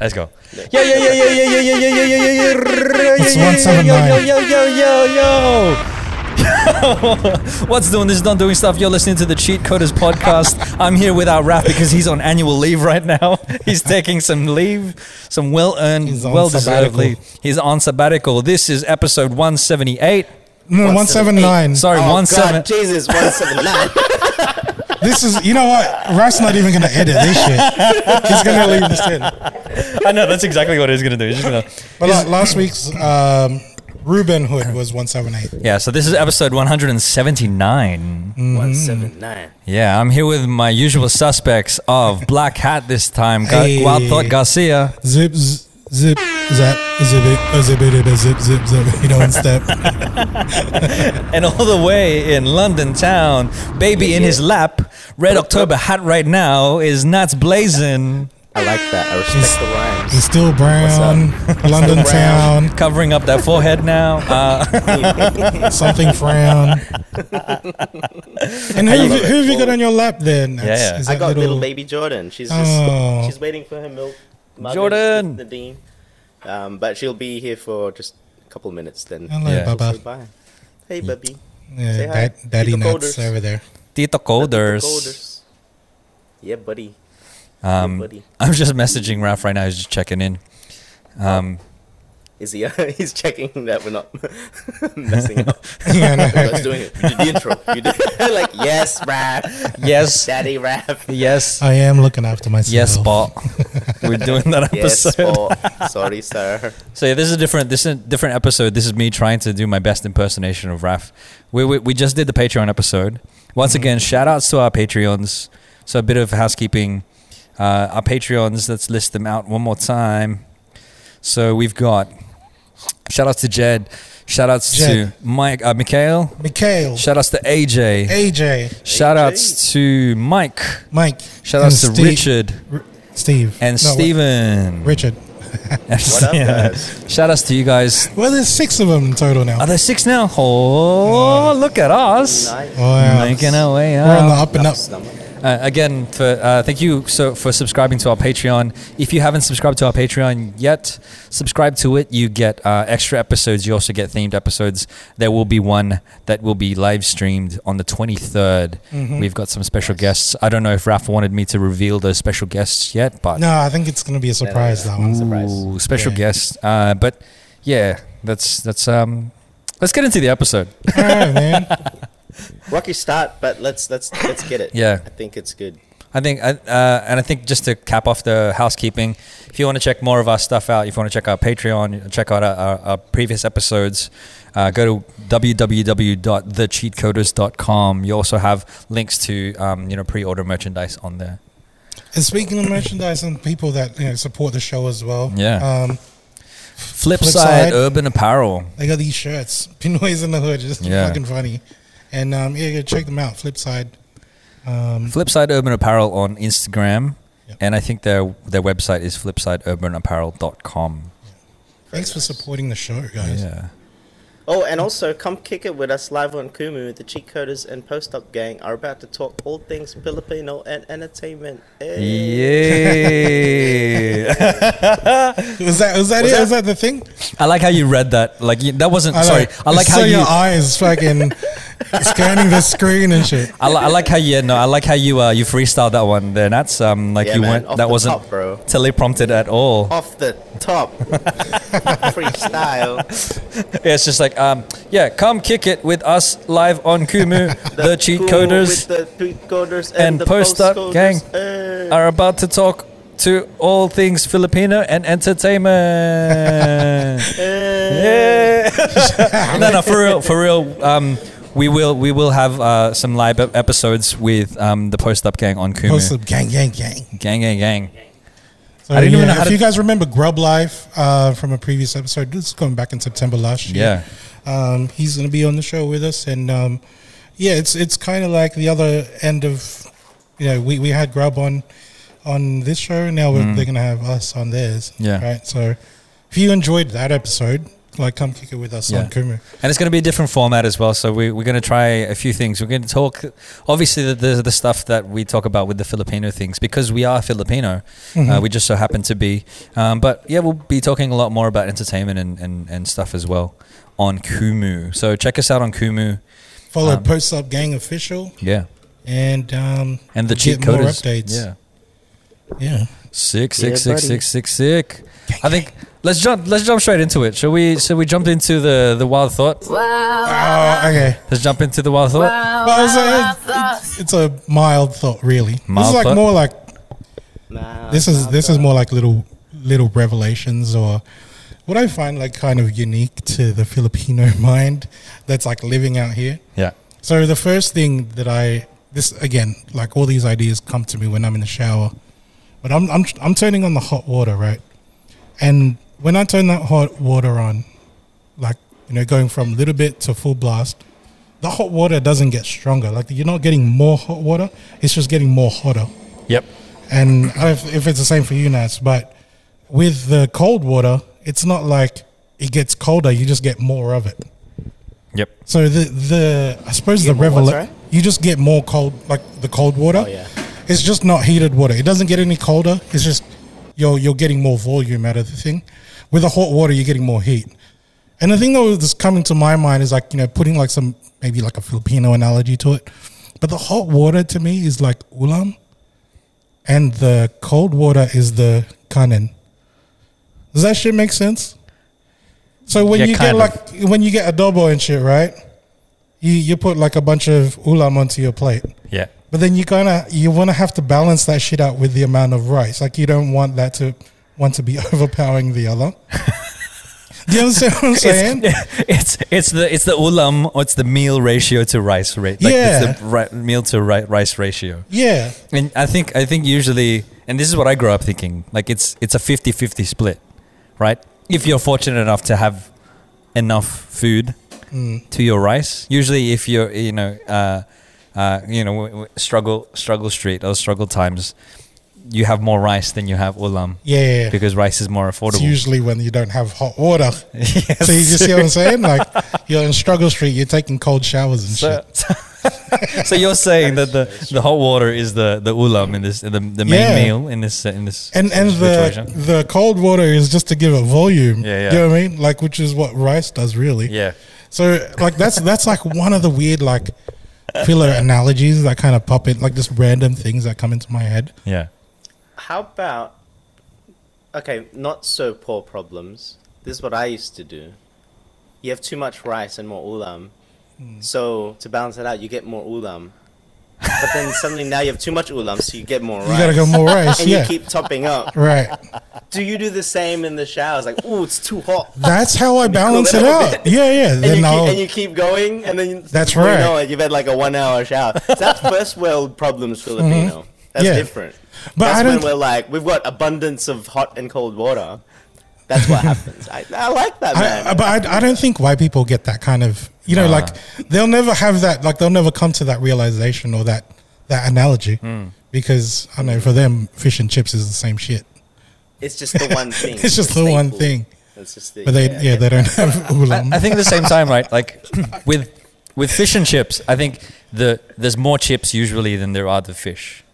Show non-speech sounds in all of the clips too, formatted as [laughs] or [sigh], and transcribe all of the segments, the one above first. Let's go. Yo yo yo yo yo yo yo yo yo yo yo yo yo It's yo, yo, 179. yo yo yo yo yo. [laughs] What's doing? This is Don doing stuff. You're listening to the Cheat Coders podcast. I'm here without Rap because he's on annual leave right now. [laughs] He's taking some leave, some well earned, He's on well deserved sabbatical. leave. He's on sabbatical. This is episode 178. No, 179. Sorry, Oh, one God, seven. [laughs] Jesus, [laughs] 179. This is, you know what? Raf's not even going to edit this shit. He's [laughs] going to leave this in. I know that's exactly what he's gonna do. He's just gonna. But like last week's um, Ruben Hood was 178. Yeah. So this is episode 179. Mm-hmm. 179. Yeah, I'm here with my usual suspects of Black Hat this time. Ga- Hey. Wild Thought Garcia. Zip, z- zip, zap, zip, it, uh, zip, it, uh, zip, zip, zip, you know, one step. And all the way in London town, baby in his lap, Red October hat right now is nuts blazing, I like that. I He's- respect the rhymes. He's still brown, London Brown. town, covering up that forehead now. Uh, [laughs] something [laughs] frown. And who have, you, who have you got on your lap then? That's- yeah. is I that got little, baby Jordan. She's just Oh. she's waiting for her milk. mother, Jordan! Nadine. Um, but she'll be here for just a couple minutes then. Hello, Yeah. Say Baba. bye. Hey, baby. Yeah, Say hi. dad, daddy Peter nuts Golders. over there. Tito Coders. Coders. Yeah, buddy. yeah, Um, buddy. I'm just messaging Raf right now. He's just checking in. Um, Is he? [laughs] he's checking that we're not [laughs] messing up. [laughs] Yeah, I know. I was doing it. You did the intro. You did [laughs] like yes, [laughs] rap. [laughs] yes, Daddy rap. yes, I am looking after myself. yes, Bot. We're doing that Yes, episode. [laughs] Paul. Sorry, sir. So yeah, this is a different. This is a different episode. This is me trying to do my best impersonation of Raf. We we, we just did the Patreon episode. Once Mm-hmm. again, shout outs to our Patreons. So a bit of housekeeping. Uh, our Patreons. Let's list them out one more time. So we've got shout outs to Jed. Shout outs Jed. to Mike uh, Mikhail. Mikhail, Shout outs to AJ. AJ, Shout outs to Mike. Mike. Shout and outs to Steve- Richard R- Steve. and No, wait, Steven. [laughs] Richard. What up, Yeah. guys? Shout outs to you guys. Well, there's six of them in total now. Are there six now? Oh, look at us. Nice. Wow. Making our way Oh, We're on the up. up and up. Uh, again, for, uh, thank you so for subscribing to our Patreon. If you haven't subscribed to our Patreon yet, subscribe to it. You get uh, extra episodes. You also get themed episodes. There will be one that will be live streamed on the 23rd. Mm-hmm. We've got some special guests. I don't know if Raf wanted me to reveal those special guests yet, but No, I think it's going to be a surprise, that one. Ooh, special Yeah. guests. Uh, but yeah, that's that's um. Let's get into the episode. All right, man. Rocky start, but let's let's let's get it. Yeah. I think it's good. I think, uh, uh, and I think just to cap off the housekeeping, if you want to check more of our stuff out, if you want to check our Patreon, check out our, our, our previous episodes, uh, go to www.thecheatcoders.com. You also have links to, um, you know, pre-order merchandise on there. And speaking of merchandise and people that you know, support the show as well, Yeah. um, Flipside, Flipside. Urban Apparel. they got these shirts, [laughs] Pinoys in the Hood, just Yeah. fucking funny. And um, yeah, yeah, check them out. Flipside. Um, Flipside Urban Apparel on Instagram. Yep. And I think their their website is flipsideurbanapparel.com. thanks for supporting the show, guys. Yeah. Oh, and also come kick it with us live on Kumu. The Cheat Coders and Postdoc Gang are about to talk all things Filipino and entertainment. Hey. [laughs] Yeah. [laughs] Was that was that Was it? that- Was that the thing? I like how you read that. Like you, that wasn't. I sorry, like- I like saw how you. your eyes fucking [laughs] scanning the screen and shit. I, li- I like how you. No, I like how you. Uh, you freestyled that one. Then that's um like Yeah, you man, weren't. off That the wasn't top, bro. teleprompted at all. Off the [laughs] top. Freestyle. Yeah, it's just like um yeah, come kick it with us live on [laughs] Kumu. the, cheat Kumu coders With the cheat coders and, and the Postdoc postdoc Gang Hey. are about to talk to all things Filipino and [laughs] entertainment. Yeah. [laughs] no, no, for real, for real. Um, we will we will have uh, some live ep- episodes with um, the Post Up Gang on Kumu. Post up, gang, gang, gang. Gang, gang, gang. So, I didn't yeah, even know how if to- you guys remember Grub Life uh, from a previous episode, this is going back in September last year. Yeah, um, he's going to be on the show with us, and um, yeah, it's it's kind of like the other end of you know we, we had Grub on on this show, now we're, they're going to have us on theirs. Yeah. right. So if you enjoyed that episode, like come kick it with us Yeah. on Kumu. And it's going to be a different format as well. So we, we're going to try a few things. We're going to talk, obviously, the, the, the stuff that we talk about with the Filipino things because we are Filipino. Uh, Mm-hmm. we just so happen to be. Um, but yeah, we'll be talking a lot more about entertainment and, and, and stuff as well on Kumu. So check us out on Kumu. Follow Um, Post Up Gang official Yeah. and um, And the get cheat more coders. updates. Yeah. yeah. Sick, Yeah, sick, sick, buddy. sick, sick, sick. I think let's jump let's jump straight into it. Shall we shall we jump into the the wild thought? Oh, okay. Let's jump into the wild thought. Well, it's, a, it's, it's a mild thought, really. this Mild is like thought? more like Nah, this is nah, this bro. is more like little little revelations or what I find like kind of unique to the Filipino [laughs] mind that's like living out here. Yeah. So the first thing that I this again, like all these ideas come to me when I'm in the shower, but I'm I'm I'm turning on the hot water, right? And when I turn that hot water on, like you know, going from little bit to full blast, the hot water doesn't get stronger. Like you're not getting more hot water; it's just getting more hotter. Yep. And I don't know if, if it's the same for you, Nats, but with the cold water, it's not like it gets colder; you just get more of it. Yep. So the the I suppose You the get more what, revel sorry? you just get more cold like the cold water. Oh, yeah. It's just not heated water. It doesn't get any colder. It's just you're you're getting more volume out of the thing. With the hot water you're getting more heat. And the thing that was just coming to my mind is like, you know, putting like some maybe like a Filipino analogy to it. But the hot water to me is like ulam and the cold water is the kanin. Does that shit make sense? So when Yeah, you get kind of. like when you get adobo and shit, right? You you put like a bunch of ulam onto your plate. Yeah. But then you kinda you wanna have to balance that shit out with the amount of rice. Like you don't want that to want to be [laughs] overpowering the other. Do you understand what I'm saying? [laughs] It's, it's it's the it's the ulam or it's the meal ratio to rice rate. Yeah. It's the ri- meal to ri- rice ratio. yeah. And I think I think usually and this is what I grew up thinking, like it's it's a 50-50 split, right? If you're fortunate enough to have enough food Hmm. to your rice, usually if you're you know uh, uh, you know w- w- struggle struggle street or struggle times, you have more rice than you have ulam Yeah. yeah, yeah. because rice is more It's affordable. usually when you don't have hot water. [laughs] Yes. So you just see what I'm saying? Like you're in struggle street, you're taking cold showers and shit. So, [laughs] so you're saying that the, the hot water is the, the ulam in this the, the main Yeah. meal in this in this and and the situation. the cold water is just to give it volume. Yeah, yeah. You know what I mean? Like which is what rice does really. yeah So like that's that's like one of the weird like filler analogies that kind of pop in like just random things that come into my head. yeah How about okay, not so poor problems. This is what I used to do. You have too much rice and more ulam, Hmm. so to balance it out, you get more ulam. But then suddenly now you have too much ulam, so you get more rice. You gotta go [laughs] more rice. and yeah. you keep topping [laughs] up. right. Do you do the same in the showers? Like, oh, it's too hot. That's how I balance it cool it up a out. Yeah, yeah. And you, Then keep, I'll and you keep going, and then That's before You right. know it, you've had like a one-hour [laughs] shower. So that's first world problems, Filipino. That's Mm-hmm. Yeah. different. But that's I when don't- we're like, we've got abundance of hot and cold water. That's what happens. I, I like that, man. I, I- but I, I don't think white people get that kind of you know like they'll never have that like they'll never come to that realization or that that analogy Hmm. because I know for them fish and chips is the same shit it's just the one thing. [laughs] It's just a the one staple. thing. It's just the, but they yeah, yeah. they don't have ulam [laughs] I, I think at the same time right like with with fish and chips I think the there's more chips usually than there are the fish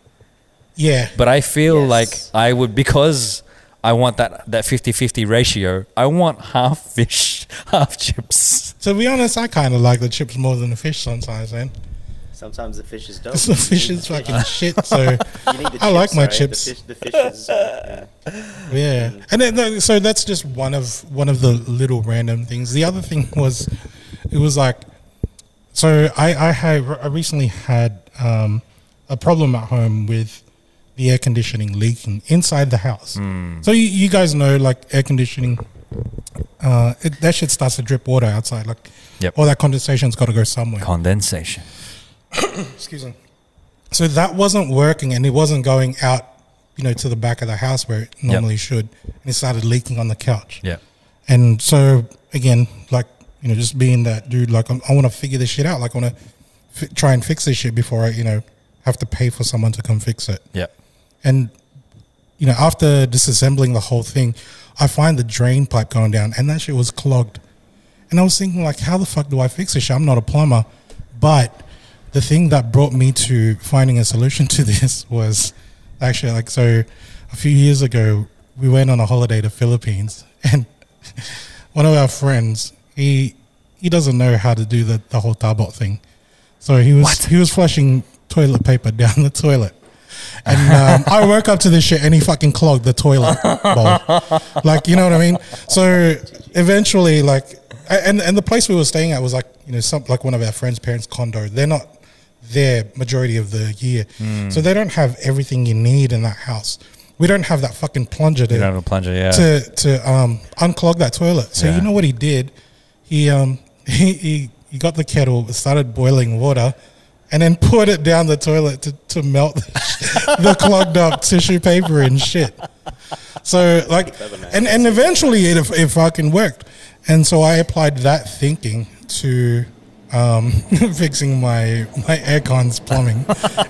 yeah but I feel Yes. like I would because I want that that 50-50 ratio I want half fish [laughs] half chips to be honest I kind of like the chips more than the fish sometimes man Sometimes the fish is dope. the fish is fucking [laughs] shit so You need the I like sorry. my chips. The fish, the fish [laughs] is. uh, yeah. yeah and then, no, so that's just one of one of the little random things the other thing was it was like so i i had i recently had um a problem at home with the air conditioning leaking inside the house so you, you guys know like air conditioning uh it, that shit starts to drip water outside like Yep. all that condensation's got to go somewhere condensation excuse me. So that wasn't working, and it wasn't going out, you know, to the back of the house where it normally should, and it started leaking on the couch. yeah And so again, like you know, just being that dude, like I'm, I want to figure this shit out. Like I want to f- try and fix this shit before I, you know, have to pay for someone to come fix it. yeah And you know, after disassembling the whole thing, I find the drain pipe going down, and that shit was clogged. And I was thinking, like, how the fuck do I fix this? shit? I'm not a plumber, but the thing that brought me to finding a solution to [laughs] this was actually like so. A few years ago, we went on a holiday to Philippines, [laughs] and one of our friends he he doesn't know how to do the, the whole tabot thing, so he was What? he was flushing toilet paper down the toilet. And um, I woke up to this shit, and he fucking clogged the toilet bowl. Like, you know what I mean? So eventually, like, a- and and the place we were staying at was like, you know, some like one of our friends' parents' condo. They're not there majority of the year, Hmm. so they don't have everything you need in that house. We don't have that fucking plunger You don't to have a plunger, yeah. to, to um, unclog that toilet. So Yeah. you know what he did? He um [laughs] he, he he got the kettle, started boiling water, and then [laughs] poured it down the toilet to, to melt [laughs] the clogged up tissue paper and shit. So like, and and eventually it it fucking worked. And so I applied that thinking to um, [laughs] fixing my my aircon's plumbing,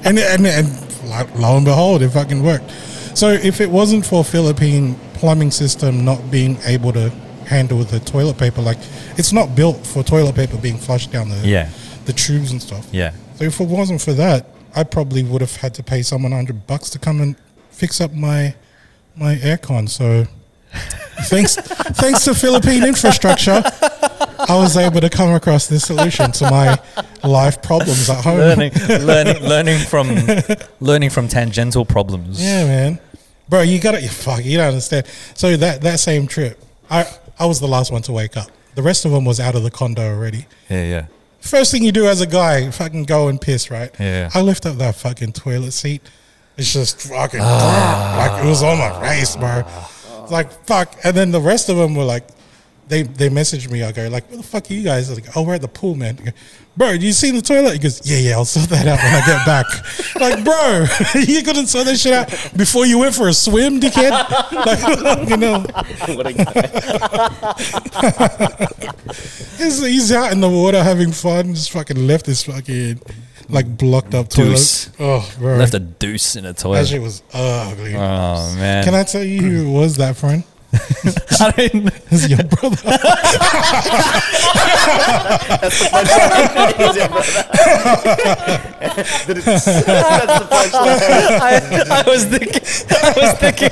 and and and lo, lo and behold, it fucking worked. So if it wasn't for Philippine plumbing system not being able to handle the toilet paper, like it's not built for toilet paper being flushed down the Yeah. the tubes and stuff. yeah. So if it wasn't for that, I probably would have had to pay someone hundred bucks to come and fix up my my aircon. So [laughs] thanks thanks to Philippine infrastructure, I was able to come across this solution to my life problems at home. learning, learning, learning from learning from tangential problems. Yeah, man, bro, you got to you [laughs] fuck. You don't understand. So that that same trip, I I was the last one to wake up. The rest of them was out of the condo already. yeah, yeah. First thing you do as a guy, fucking go and piss, right? Yeah. I lift up that fucking toilet seat. It's just fucking like it was on my face, bro. It's Like fuck. And then the rest of them were like, they they messaged me. I go like, where the fuck are you guys? I was like, oh, we're at the pool, man. I go, bro, you seen the toilet? He goes, yeah, yeah. I'll sort that out when I get back. [laughs] like, bro, [laughs] you couldn't sort that shit out before you went for a swim, dickhead. [laughs] like, [laughs] you know. What a guy. [laughs] He's, he's out in the water having fun, just fucking left this fucking like blocked up Deuce. toilet. Oh, bro. Left a deuce in a that toilet. shit was ugly. Oh man! Can I tell you who it was that friend? [laughs] [laughs] I didn't- It's your brother. [laughs] That's the punchline. [laughs] I, I was thinking. I was thinking.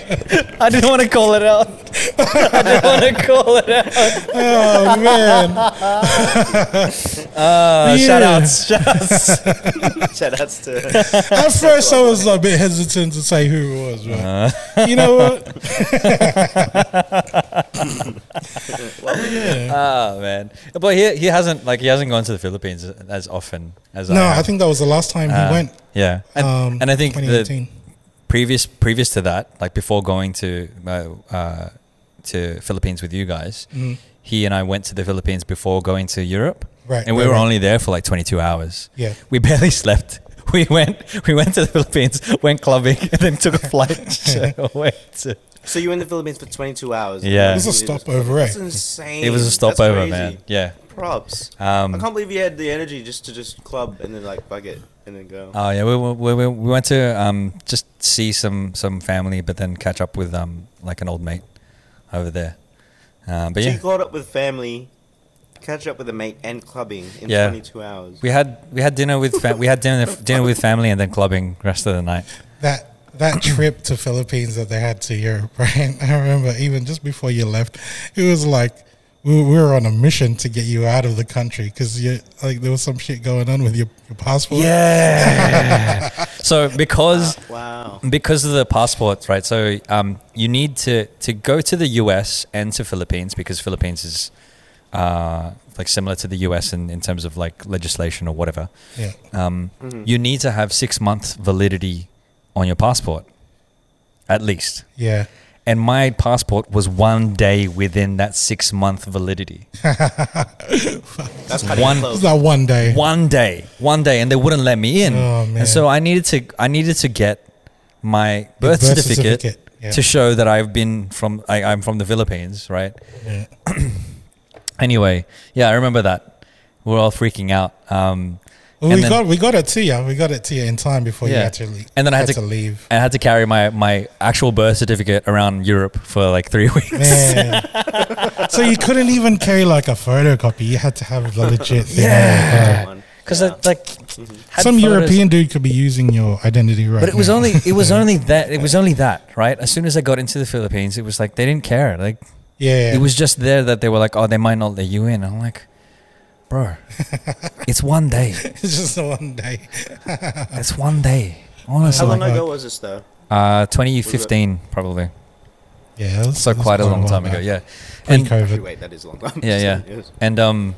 I didn't want to call it out. I didn't want to call it out. [laughs] Oh man. Uh, Yeah. Shout outs. Shout [laughs] outs. Shout outs to At first I was a bit hesitant to say who it was, right? Uh. you know [laughs] what? oh man! But he he hasn't like he hasn't gone to the Philippines as often as I. No, have. I think that was the last time Uh, he went. Yeah, and, Um, and I think the 2018. previous previous to that, like before going to uh, uh, to Philippines with you guys, Mhm. he and I went to the Philippines before going to Europe, Right, And we right, were right. only there for like 22 hours. Yeah. we barely [laughs] slept. We went we went to the Philippines, went clubbing, and then [laughs] took a flight straight away to. [laughs] So you were in the Philippines for 22 hours. Yeah. It was a stopover, eh? That's insane. It was a That's stopover, man. crazy. Yeah. Props. I Um, can't believe you had the energy just to just club and then like bug it and then go. Oh yeah, we, we, we, we went to um, just see some some family, but then catch up with um, like an old mate over there. Um, but yeah, so you caught up with family, catch up with a mate, and clubbing in Yeah. 22 hours. we had we had dinner with fa- we had dinner dinner with family and then clubbing rest of the night. that [clears throat] that trip to Philippines that they had to [laughs] Europe, right? I remember even just before you left, it was like we we were on a mission to get you out of the country because you like there was some shit going on with your, your passport. Yeah. so because Wow. because of the passports, right? So um, you need to to go to the U.S. and to Philippines because Philippines is uh, like similar to the U.S. in, in terms of like legislation or whatever. yeah. um, you need to have six months validity on your passport, at least. yeah. And my passport was one day within that six month validity. That's cutting One- It was close. that one day. One day, one day, and they wouldn't let me in. Oh, man. And so I needed to, I needed to get my birth, birth certificate, certificate, yeah. to show that I've been from, I, I'm from the Philippines, right? Yeah. Anyway, yeah, I remember that. We are all freaking out. Um, Well, And we then- got we got it to you. We got it to you in time before you Yeah. had to leave. And then I had to- [laughs] leave. I had to carry my, my actual birth certificate around Europe for like three [laughs] weeks. Man. so you couldn't even carry like a photocopy. You had to have the legit thing. Yeah. One. Because uh, Yeah. like had Some photos- European dude could be using your identity right But it was [laughs] now. only it was only that it was only that right. As soon as I got into the Philippines, it was like they didn't care. Like yeah. it was just there that they were like, oh, they might not let you in. I'm like, bro, [laughs] it's one day. It's [laughs] just the one day. It's one day. How Honestly, long like- ago was this though? uh, 2015 probably. Yeah. that's- So that's quite a long while time ago. back. Yeah, and Actually, Pre-COVID. wait, that is a long time. [laughs] Yeah, yeah. It was- and um,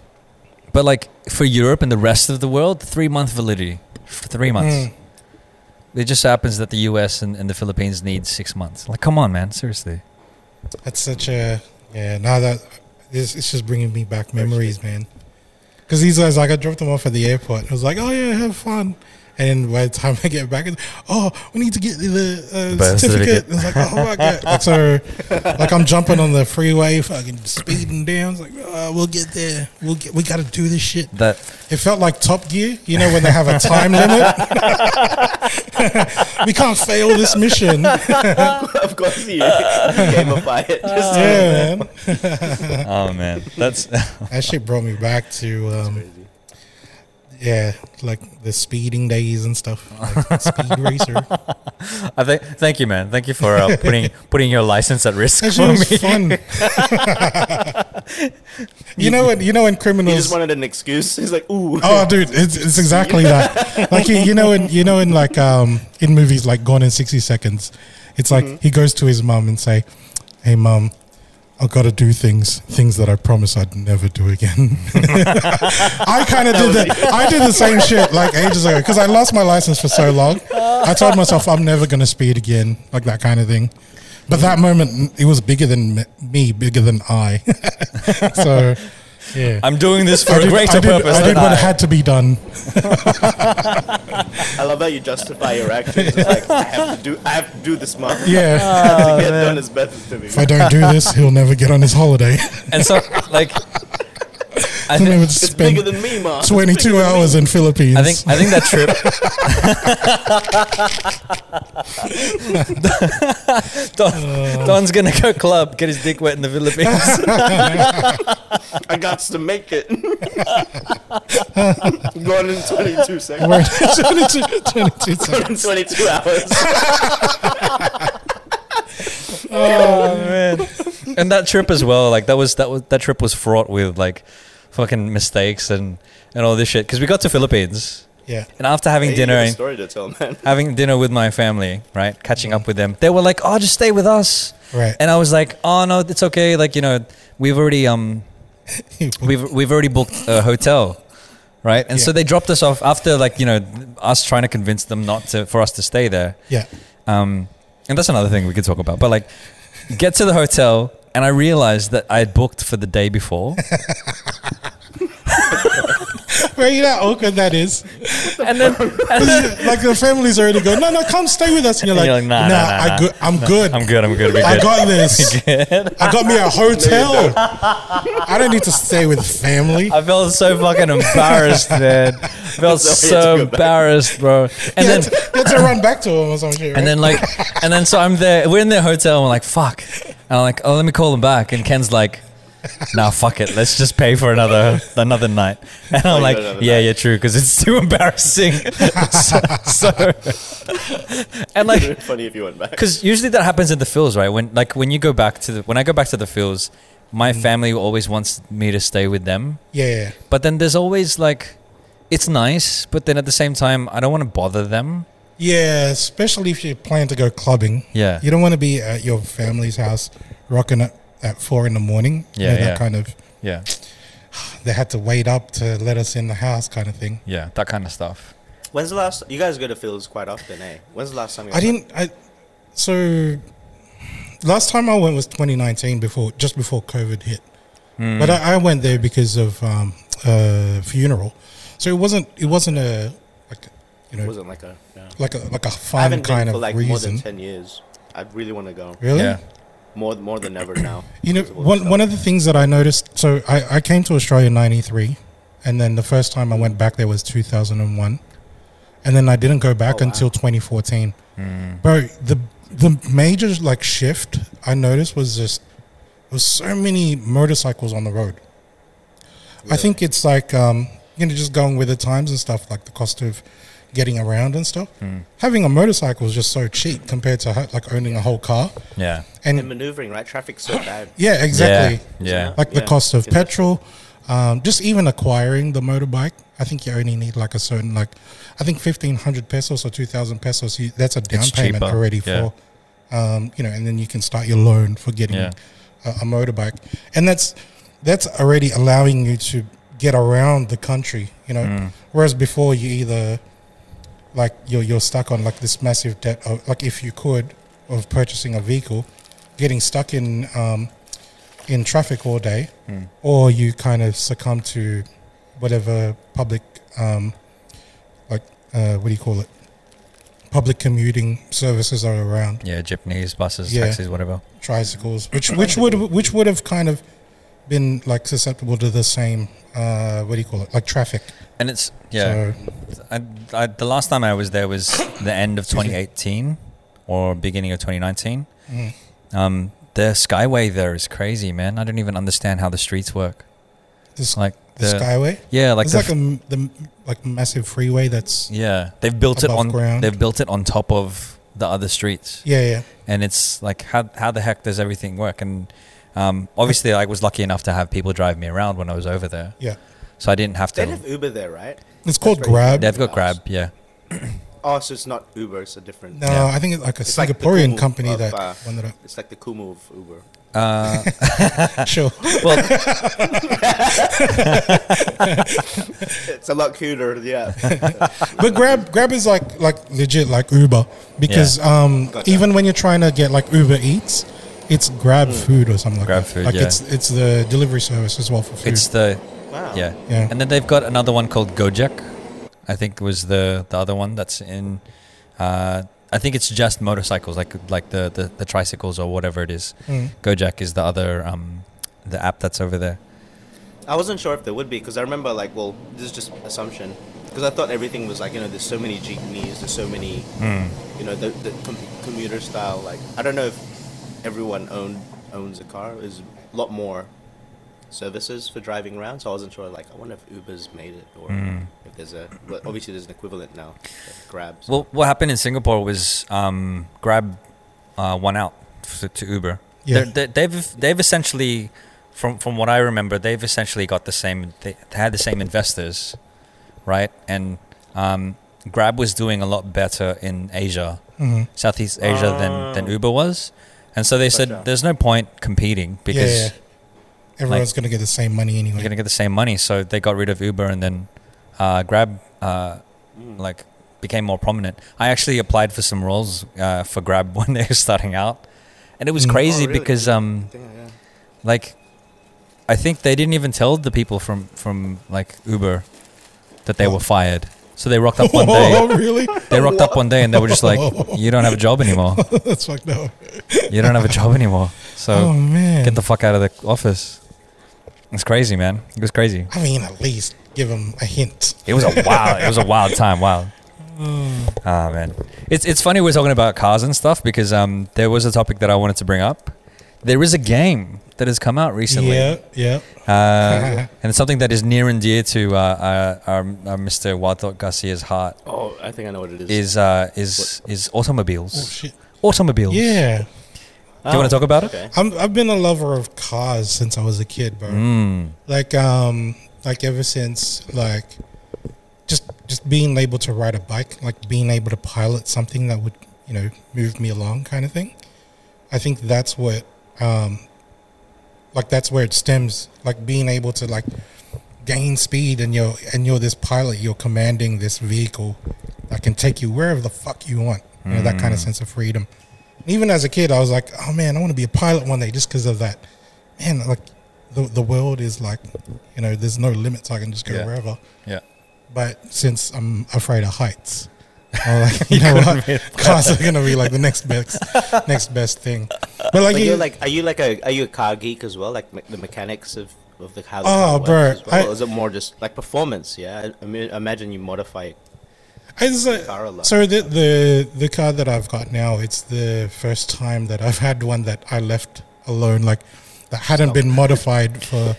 but like for Europe and the rest of the world, three month validity, for three months. Mm. Hmm. It just happens that the U.S. and, and the Philippines need six months. Like, come on, man, seriously. That's such a yeah. Now that it's, it's just bringing me back memories, man. Because these guys, like, I dropped them off at the airport. I was like, oh yeah, have fun. And then by the time [laughs] I get back, it's, oh, we need to get the uh, Birth certificate. certificate. It's like, oh my god! Like, [laughs] so, like, I'm jumping on the freeway, fucking speeding down. It's like, oh, we'll get there. We'll get. We got to do this shit. [laughs] That It felt like Top Gear, you know, when they have a [laughs] time limit. [laughs] we can't fail [laughs] this mission. of course you, [laughs] you [laughs] gamify it. Just yeah, man. oh man, that's [laughs] That shit brought me back to um, crazy. yeah, like the speeding days and stuff. Like [laughs] speed racer. I think. Thank you, man. Thank you for [laughs] uh, putting putting your license at risk That for shit me. was [laughs] fun. [laughs] you know when you know [laughs] when He just criminals. wanted an excuse. He's like, ooh. Oh, dude, it's, it's exactly that. Like you, you know, in you know, in like um, in movies like Gone in sixty seconds, it's like he goes to his mum and say, "Hey, mum, I got to do things, things that I promise I'd never do again." [laughs] I kind of did that. I did the same shit like ages ago because I lost my license for so long. I told myself I'm never gonna speed again, like that kind of thing. But that moment, it was bigger than me, bigger than I. [laughs] so, yeah. I'm doing this for I a did- greater I did, purpose. I did than [laughs] what I. had to be done. [laughs] I love how you justify your actions. It's like, I have to do, I have to do this month. Yeah. I have to get done as best as to If I don't do this, he'll never get on his [laughs] holiday. and so, like, I He'll think, never It's bigger spend than me, Mark. It's bigger 22 than me. hours in Philippines. I [laughs] think, I think that trip. [laughs] Don, Oh. Don's gonna go club, get his dick wet in the [laughs] Philippines. I got to make it. [laughs] Gone in 22 seconds. We're in [laughs] 22, 22 seconds. Gone in 22 [laughs] hours. oh man! And that trip as well, like that was that was that trip was fraught with like fucking mistakes and and all this shit because we got to Philippines Yeah. and after having Hey, you dinner got a and story to tell, man. [laughs] having dinner with my family, right? Catching up with them. They were like, "Oh, just stay with us." Right. And I was like, "Oh no, it's okay. Like, you know, we've already um we've we've already booked a hotel." Right? And so Yeah. they dropped us off after like, you know, us trying to convince them not to for us to stay there. yeah. Um and that's another thing we could talk about. But like get to the hotel and I realized that I had booked for the day before. Well, you know how awkward that is. [laughs] and then and then like the family's already going, no, no, come stay with us. And you're And like, you're nah, like, nah, nah, nah, I go- I'm good. [laughs] I'm good, I'm good, we're I good. [laughs] got this. I got me a hotel. I don't need to stay with family. I felt so fucking embarrassed, [laughs] man. I felt Sorry, I had to so go back. embarrassed, bro. And yeah, then to, you had to run back to him or some shit. And right? then [laughs] like, and then so I'm there. We're in their hotel. And we're like, fuck. And I'm like, oh, let me call them back. And Ken's like, nah, fuck it. Let's just pay for another another night. And I'm you like, got another yeah, night. yeah, true, because it's too embarrassing. [laughs] so, so- and like, Funny if you went back. because usually that happens in the fills, right? When like when you go back to the when I go back to the fills, my Mm. family always wants me to stay with them. yeah, yeah. But then there's always like, it's nice, but then at the same time, I don't want to bother them. Yeah, especially if you plan to go clubbing. Yeah. You don't want to be at your family's house rocking it at four in the morning. You Yeah, know, That yeah. kind of, Yeah, they had to wait up to let us in the house kind of thing. yeah, that kind of stuff. When's the last? You guys go to fields quite often, eh? When's the last time you? I didn't, I, so last time I went was 2019 before, just before COVID hit. Hmm. But I, I went there because of um, a funeral. So it wasn't, it wasn't a, like, It you know, wasn't like a. Yeah. like a, like a I fun haven't been kind for of like more than reason. ten years. I really want to go. Really? Yeah. More more [coughs] than ever now. You know, because of all this one stuff. one of the things that I noticed. So I, I came to Australia in '93, and then the first time I went back there was 2001, and then I didn't go back Oh, wow. Hmm. until 2014. Bro, the the major like shift I noticed was just there was so many motorcycles on the road. I think it's like um, you know just going with the times and stuff, like the cost of getting around and stuff. Hmm. Having a motorcycle is just so cheap compared to ho- like owning a whole car. Yeah. And And maneuvering, right? Traffic's so bad. yeah, exactly. Yeah. Like the Yeah. cost of Is it- petrol, um, just even acquiring the motorbike. I think you only need like a certain like, I think fifteen hundred pesos or two thousand pesos. You, that's a down It's payment cheaper, already yeah. for, um, you know, and then you can start your loan for getting Yeah. a, a motorbike, and that's that's already allowing you to get around the country. You know, Mm. whereas before you either like you're you're stuck on like this massive debt of like if you could of purchasing a vehicle, getting stuck in um, in traffic all day, or you kind of succumb to whatever public um, like uh, what do you call it public commuting services are around Yeah. Japanese buses, Yeah. taxis, whatever. tricycles, which which would which would have kind of been like susceptible to the same uh, what do you call it like traffic. And it's yeah. So I, I, the last time I was there was the end of Excuse me. 2018 or beginning of 2019. mm. Um, the skyway there is crazy, man. I don't even understand how the streets work. this Like the the- skyway. Yeah, like it's the like a m the m- like massive freeway that's Yeah, they've built it Above on. ground. They've built it on top of the other streets, yeah yeah and it's like how how the heck does everything work? And um, obviously, I was lucky enough to have people drive me around when I was over there, yeah. so I didn't have They to. have Uber there, right? It's called very Grab. They've got Grab, yeah, Oh, so it's not Uber. It's a different. No, Yeah. I think it's like a It's like the Singaporean Kumu company of, that uh, wanted it. It's like the Kumu of Uber. [laughs] [laughs] Sure. well, It's a lot cuter. Yeah. [laughs] but Grab Grab is like like legit like Uber because um, Gotcha. even when you're trying to get like Uber Eats, it's Grab food or something like Mm. Grab that. food, like yeah. it's it's the delivery service as well for food. it's the Wow. yeah. Yeah. and then they've got another one called Gojek. I think was the the other one that's in. Uh, I think it's just motorcycles, like like the the, the tricycles or whatever it is. Mm. Gojek is the other um, the app that's over there. I wasn't sure if there would be because I remember like, well, this is just assumption because I thought everything was like, you know, there's so many jeepneys, there's so many, Hmm. you know, the, the com- commuter style. Like, I don't know if everyone own owns a car. There's a lot more services for driving around, so I wasn't sure. Like, I wonder if Uber's made it or Hmm. if there's a. Well, obviously, there's an equivalent now, like Grabs. Well, what happened in Singapore was um, Grab uh, won out f- to Uber. Yeah. They're- They, they've they've essentially, from from what I remember, they've essentially got the same. They had the same investors, right? And um, Grab was doing a lot better in Asia, Mm-hmm. Southeast Asia, than than Uber was, and so they said Gotcha. there's no point competing because yeah, yeah. everyone's gonna get the same money anyway. you're gonna get the same money. So they got rid of Uber and then uh, Grab uh, like became more prominent. I actually applied for some roles uh, for Grab [laughs] when they were starting out, and it was crazy Oh, really? because um yeah, yeah. like I think they didn't even tell the people from from like Uber that they Oh. were fired. So they [laughs] rocked up one oh day. really? [laughs] They rocked up one day and they were just like, "You don't have a job anymore. That's fucked up. You don't have a job anymore." So [laughs] Oh man. get the fuck out of the office. It's crazy, man. It was crazy. I mean, at least give them a hint. It was a wild. it was a wild time. Wow. Mm. Ah man, it's it's funny we're talking about cars and stuff because um there was a topic that I wanted to bring up. There is a game that has come out recently, Yeah, yeah. uh, [laughs] and it's something that is near and dear to uh, our, our, our Mr. Wadot Garcia's heart Oh, I think I know what it is. is uh, is is automobiles. Oh shit. Automobiles. Yeah. Oh. Do you want to talk about it? Okay. I'm, I've been a lover of cars since I was a kid, bro. Mm. Hmm. Like, um, like ever since, like, just just being able to ride a bike, like being able to pilot something that would, you know, move me along, kind of thing. I think that's what, um, like, that's where it stems. Like being able to like gain speed, and you're and you're this pilot, you're commanding this vehicle that can take you wherever the fuck you want. You know, that kind of sense of freedom even as a kid, I was like, oh man, I want to be a pilot one day just because of that. Man, like the, the world is like, you know, there's no limits. I can just go Yeah. wherever. Yeah. But since I'm afraid of heights, I'm like, you know what? Cars are going to be like the next best, next best thing. But like, But you, you're like, are you like a are you a car geek as well? Like me- the mechanics of of the how. Oh, the bro, car works as well? I- Or is it more just like performance? Yeah, I, I mean, imagine you modify it. I just, uh, Car a lot. so the, the the car that I've got now, it's the first time that I've had one that I left alone, like that hadn't been modified for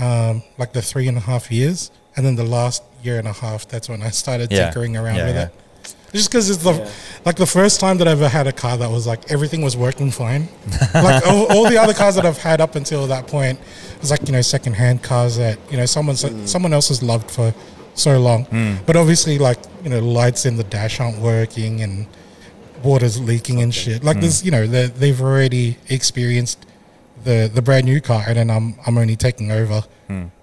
um, like the three and a half years, and then the last year and a half, that's when I started Yeah. tinkering around Yeah, with yeah. it. Just because it's the Yeah. like the first time that I ever had a car that was like everything was working fine. like all, all the other cars that I've had up until that point was like you know secondhand cars that you know someone someone else has loved for so long. Mm. But obviously, like you know, lights in the dash aren't working and water's leaking and shit. Like Mm. there's you know they they've already experienced the the brand new car, and then I'm I'm only taking over.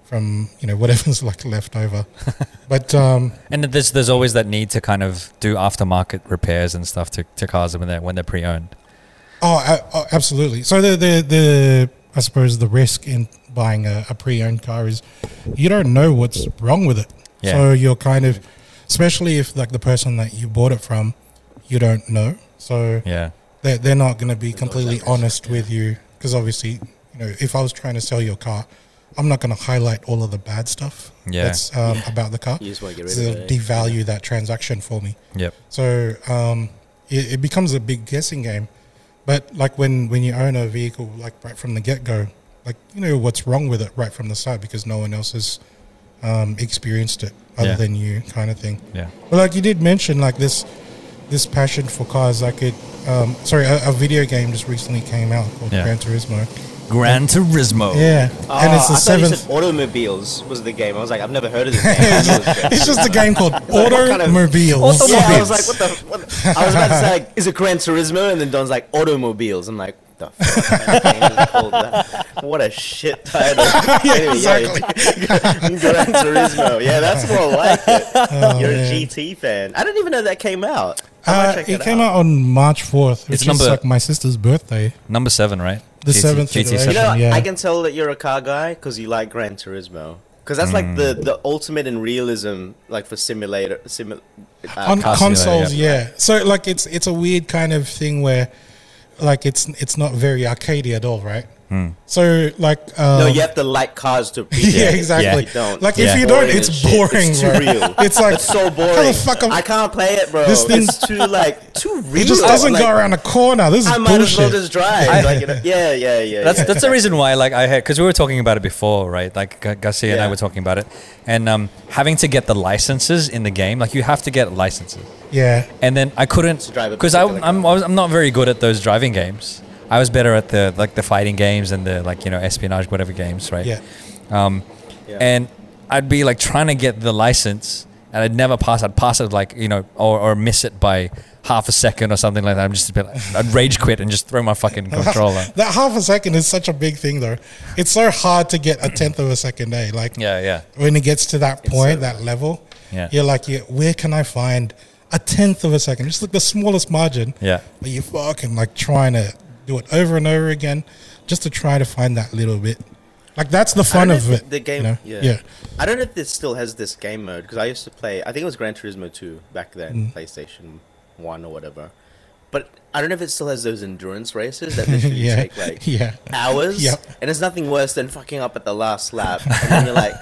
From you know whatever's [laughs] like left over, but um, And there's there's always that need to kind of do aftermarket repairs and stuff to, to cars when they're when they're pre-owned. Oh, a- oh, absolutely. So the the the I suppose the risk in buying a, a pre-owned car is you don't know what's wrong with it. Yeah. So you're kind of, especially if like the person that you bought it from, you don't know. So Yeah. they're, they're not going to be completely honest with you because obviously, you know, if I was trying to sell your car, I'm not going to highlight all of the bad stuff Yeah. that's um, about the car. You just want to get rid So of they'll it. eh? devalue that transaction for me. Yep. So um, it, it becomes a big guessing game. But like when, when you own a vehicle, like right from the get go, like you know what's wrong with it right from the start because no one else has um, experienced it other Yeah. than you, kind of thing. Yeah. But like you did mention, like this this passion for cars, like it. Um, sorry, a, a video game just recently came out called Yeah. Gran Turismo. Gran Turismo. Yeah, Ah, and it's the I thought you seventh. said automobiles was the game. I was like, I've never heard of this game. I thought it was great. It's just a game [laughs] called Like, what kind of- Automobiles. Yeah, I was like, what the? What the- I was about to say, like, is it Gran Turismo? And then Don's like, automobiles. I'm like, what the fuck? kind of game is called that? What a shit [laughs] title. Anyway, exactly. [laughs] Gran Turismo. Yeah, that's more like it. You're man. a GT fan. I didn't even know that came out. I might Oh, Uh, check it came out on March fourth, which It's is number- like my sister's birthday. Number seven, right? The seventh GT iteration. You know, yeah. I can tell that you're a car guy because you like Gran Turismo. Because that's like the, Mm. the ultimate in realism, like for simulator. Simu- uh, on car consoles, simulator, yeah. So like it's it's a weird kind of thing where like it's it's not very arcadey at all, right? Hmm. So like um, No, you have to like cars [laughs] to appreciate. yeah, it. exactly. You don't. Like Yeah. if you Boring don't, it's as shit. boring. It's too right? real. [laughs] It's like It's so boring. How the fuck am I can't play it, bro. This thing- it's too like too real. [laughs] It just doesn't like, go around a corner. This is I might bullshit. as well just drive. like, you know, yeah, yeah, yeah. That's yeah. that's the reason why, like, I had because we were talking about it before, right? Like, G- Garcia and I Yeah. were talking about it, and um, having to get the licenses in the game, like, you have to get licenses. yeah. and then I couldn't To drive a because I, particular I'm I was, I'm not very good at those driving games. I was better at the like the fighting games and the like you know espionage whatever games, right? [laughs] Yeah. Um, Yeah. and I'd be like trying to get the license, and I'd never pass. I'd pass it like you know, or, or miss it by half a second or something like that. I'm just a bit. Like, I'd rage quit and just throw my fucking controller. That half a second is such a big thing, though. It's so hard to get a tenth of a second day. Like [laughs] Yeah, yeah. when it gets to that point, so- that level, Yeah. you're like, you, where can I find a tenth of a second? Just like the smallest margin. Yeah. But you're fucking like trying to do it over and over again just to try to find that little bit. Like that's the I don't fun know of if it. The game, you know? yeah. yeah. [laughs] I don't know if this still has this game mode because I used to play. I think it was Gran Turismo Two back Mm. then, PlayStation One or whatever. But I don't know if it still has those endurance races that [laughs] literally Yeah. take like Yeah. hours. Yep. And there's nothing worse than fucking up at the last lap, and then you're [laughs] like,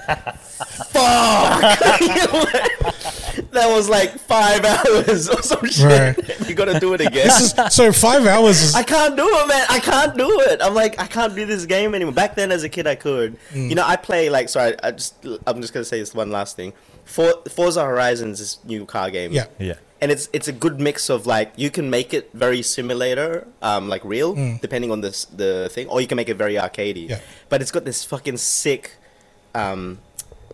"Fuck!" [laughs] that was like five [laughs] hours or some shit. You gotta do it again. This is so five hours is I can't do it, man. I can't do it. I'm like, I can't do this game anymore. Back then, as a kid, I could. Mm. You know, I play like. Sorry, I just. I'm just gonna say this one last thing. For Forza Horizons, this new car game. Yeah. Yeah. And it's it's a good mix of like you can make it very simulator, um, like real, depending on this the thing, or you can make it very arcadey. Mm. Yeah. But it's got this fucking sick, um,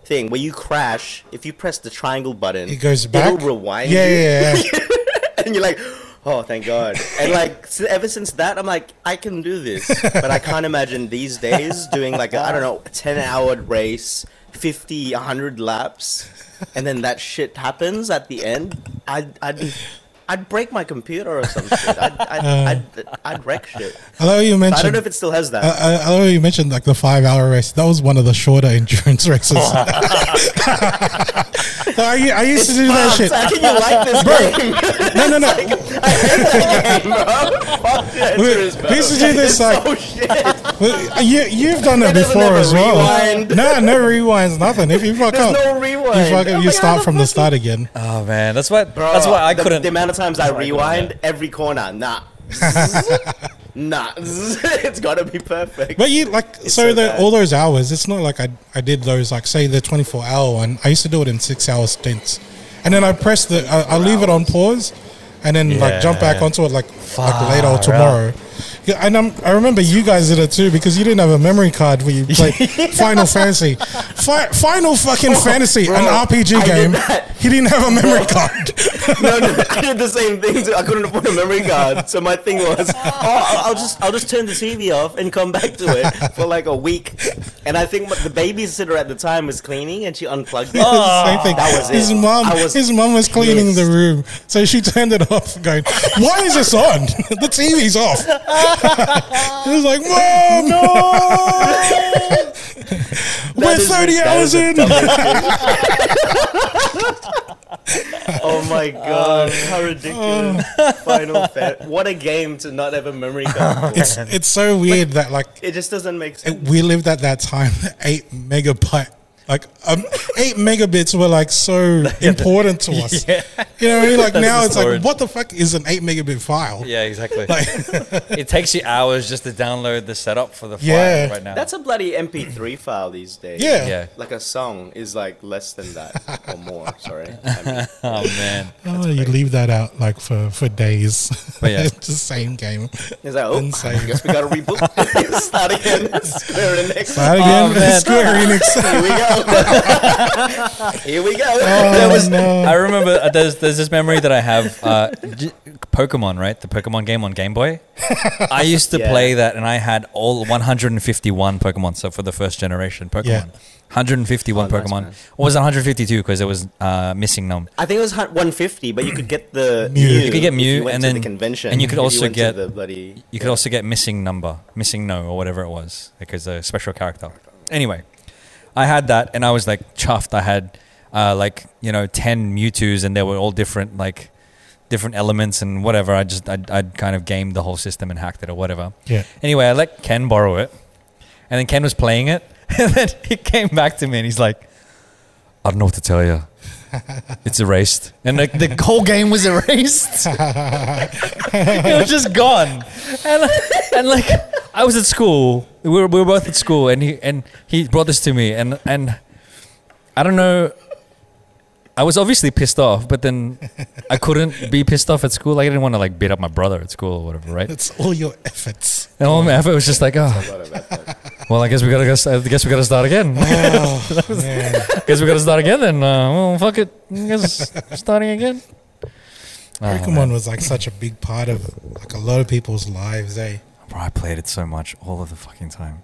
thing where you crash if you press the triangle button. it goes back. It'll rewind. Yeah, you yeah, [laughs] yeah. and you're like, oh, thank God. And like, s ever since that, I'm like, I can do this, but I can't imagine these days doing like I I don't know, a ten hour race, 50, 100 laps, and then that shit happens at the end. I'd, I'd be I'd break my computer or something. I'd, I'd, Uh. I'd, I'd wreck shit. I love you I mentioned. don't know if it still has that. I, I- I love you mentioned like the five hour race. That was one of the shorter [laughs] endurance [laughs] races. I, I used to do that Fuck, [laughs] shit. How can you like this game? [laughs] No, no, no. I hate that game, bro. Fuck the answer Wait, is, bro. we used to do this, It's like- so shit. Well, You, you've done it It doesn't have before a as well. rewind. No, no rewinds, nothing. If you fuck There's up, no rewind. you fuck Oh up, my you God, start the from the start again. Oh man, that's why. Bro, that's why I the, couldn't. The amount of times I couldn't do rewind every corner, nah, nah, [laughs] it's gotta be perfect. But you like so, so the, bad. all those hours. It's not like I I did those like say the twenty four hour one. I used to do it in six hour stints, and then I press the I, I leave it on pause, and then like jump back Yeah. onto it like, like Far later or out. tomorrow. Yeah, and I'm, I remember you guys did it too because you didn't have a memory card where you [laughs] played Final Fantasy, Fi- Final fucking Fantasy, an Oh, bro, RPG I did game. that. he didn't have a memory [laughs] card. no, no, I did the same thing. Too. I couldn't afford a memory card, so my thing was, oh, I'll I'll just, I'll just turn the TV off and come back to it for like a week. And I think the babysitter at the time was cleaning, and she unplugged it. It was the [laughs] same thing. Ah, That was his it. mom. I was his mom was cleaning the pissed. room, so she turned it off, going, "Why is this on? [laughs] the TV's off." [laughs] it was [laughs] like, "Mom, no, we're That is- thirty that hours is a in." dumb excuse. [laughs] oh my god, how ridiculous! Final Fa- What a game to not have a memory card. For. it's it's so weird that like It just doesn't make sense. we lived at that time eight megabyte. Like um, eight megabits were [laughs] like so important to us. You know what I mean? Like That's now the it's like, storage. what the fuck is an eight megabit file? [laughs] Yeah, exactly. [laughs] Like, it takes you hours just to download the setup for the file Yeah. right now. That's a bloody [clears throat] MP3 file these days. yeah. yeah. Like a song is like less than that or [laughs] more. Sorry. I mean, Oh man. Oh, you leave that out like for, for days. But yeah. [laughs] it's the same game. it's like, oh, Insane. [laughs] I guess we gotta [laughs] reboot. Start again. Square Enix. That Oh, [laughs] again, man. Square Enix. Here we go. [laughs] Here we go. Uh, There [laughs] was- no. I remember uh, there's there's this memory that I have uh, j- Pokemon, right? The Pokemon game on Game Boy. [laughs] I used to Yeah. play that, and I had all 151 Pokemon. So for the first generation Pokemon, Yeah. 151 Oh, nice, Pokemon. man. It was 152 because there was uh, missing them. I think it was hun- 150, but you could get the Mew. You could get if Mew you went and to then- the convention, and you could if also went to get- the bloody. You could also get missing number, missing no, or whatever it was, because a special character. Anyway, I had that, and I was like chuffed. I had uh, like you know ten Mewtwo's, and they were all different, like different elements and whatever. I just I'd, I'd kind of gamed the whole system and hacked it or whatever. Yeah. Anyway, I let Ken borrow it, and then Ken was playing it, [laughs] and then he came back to me and he's like, "I don't know what to tell you." It's erased, and like the whole game was erased. it was just gone. And, and like I was at school, we were, we were both at school, and he and he brought this to me, and and I don't know. I was obviously pissed off, but then I couldn't be pissed off at school. Like I didn't want to like beat up my brother at school or whatever, right? It's all your efforts. And all my effort was just like, oh, What about that? well, I guess we gotta I guess we gotta start again. Oh, man. [laughs] guess we gotta start again. Then uh, well, fuck it, I guess starting again. Oh, man. Pokemon was like such a big part of like a lot of people's lives, eh? Bro, I played it so much all of the fucking time.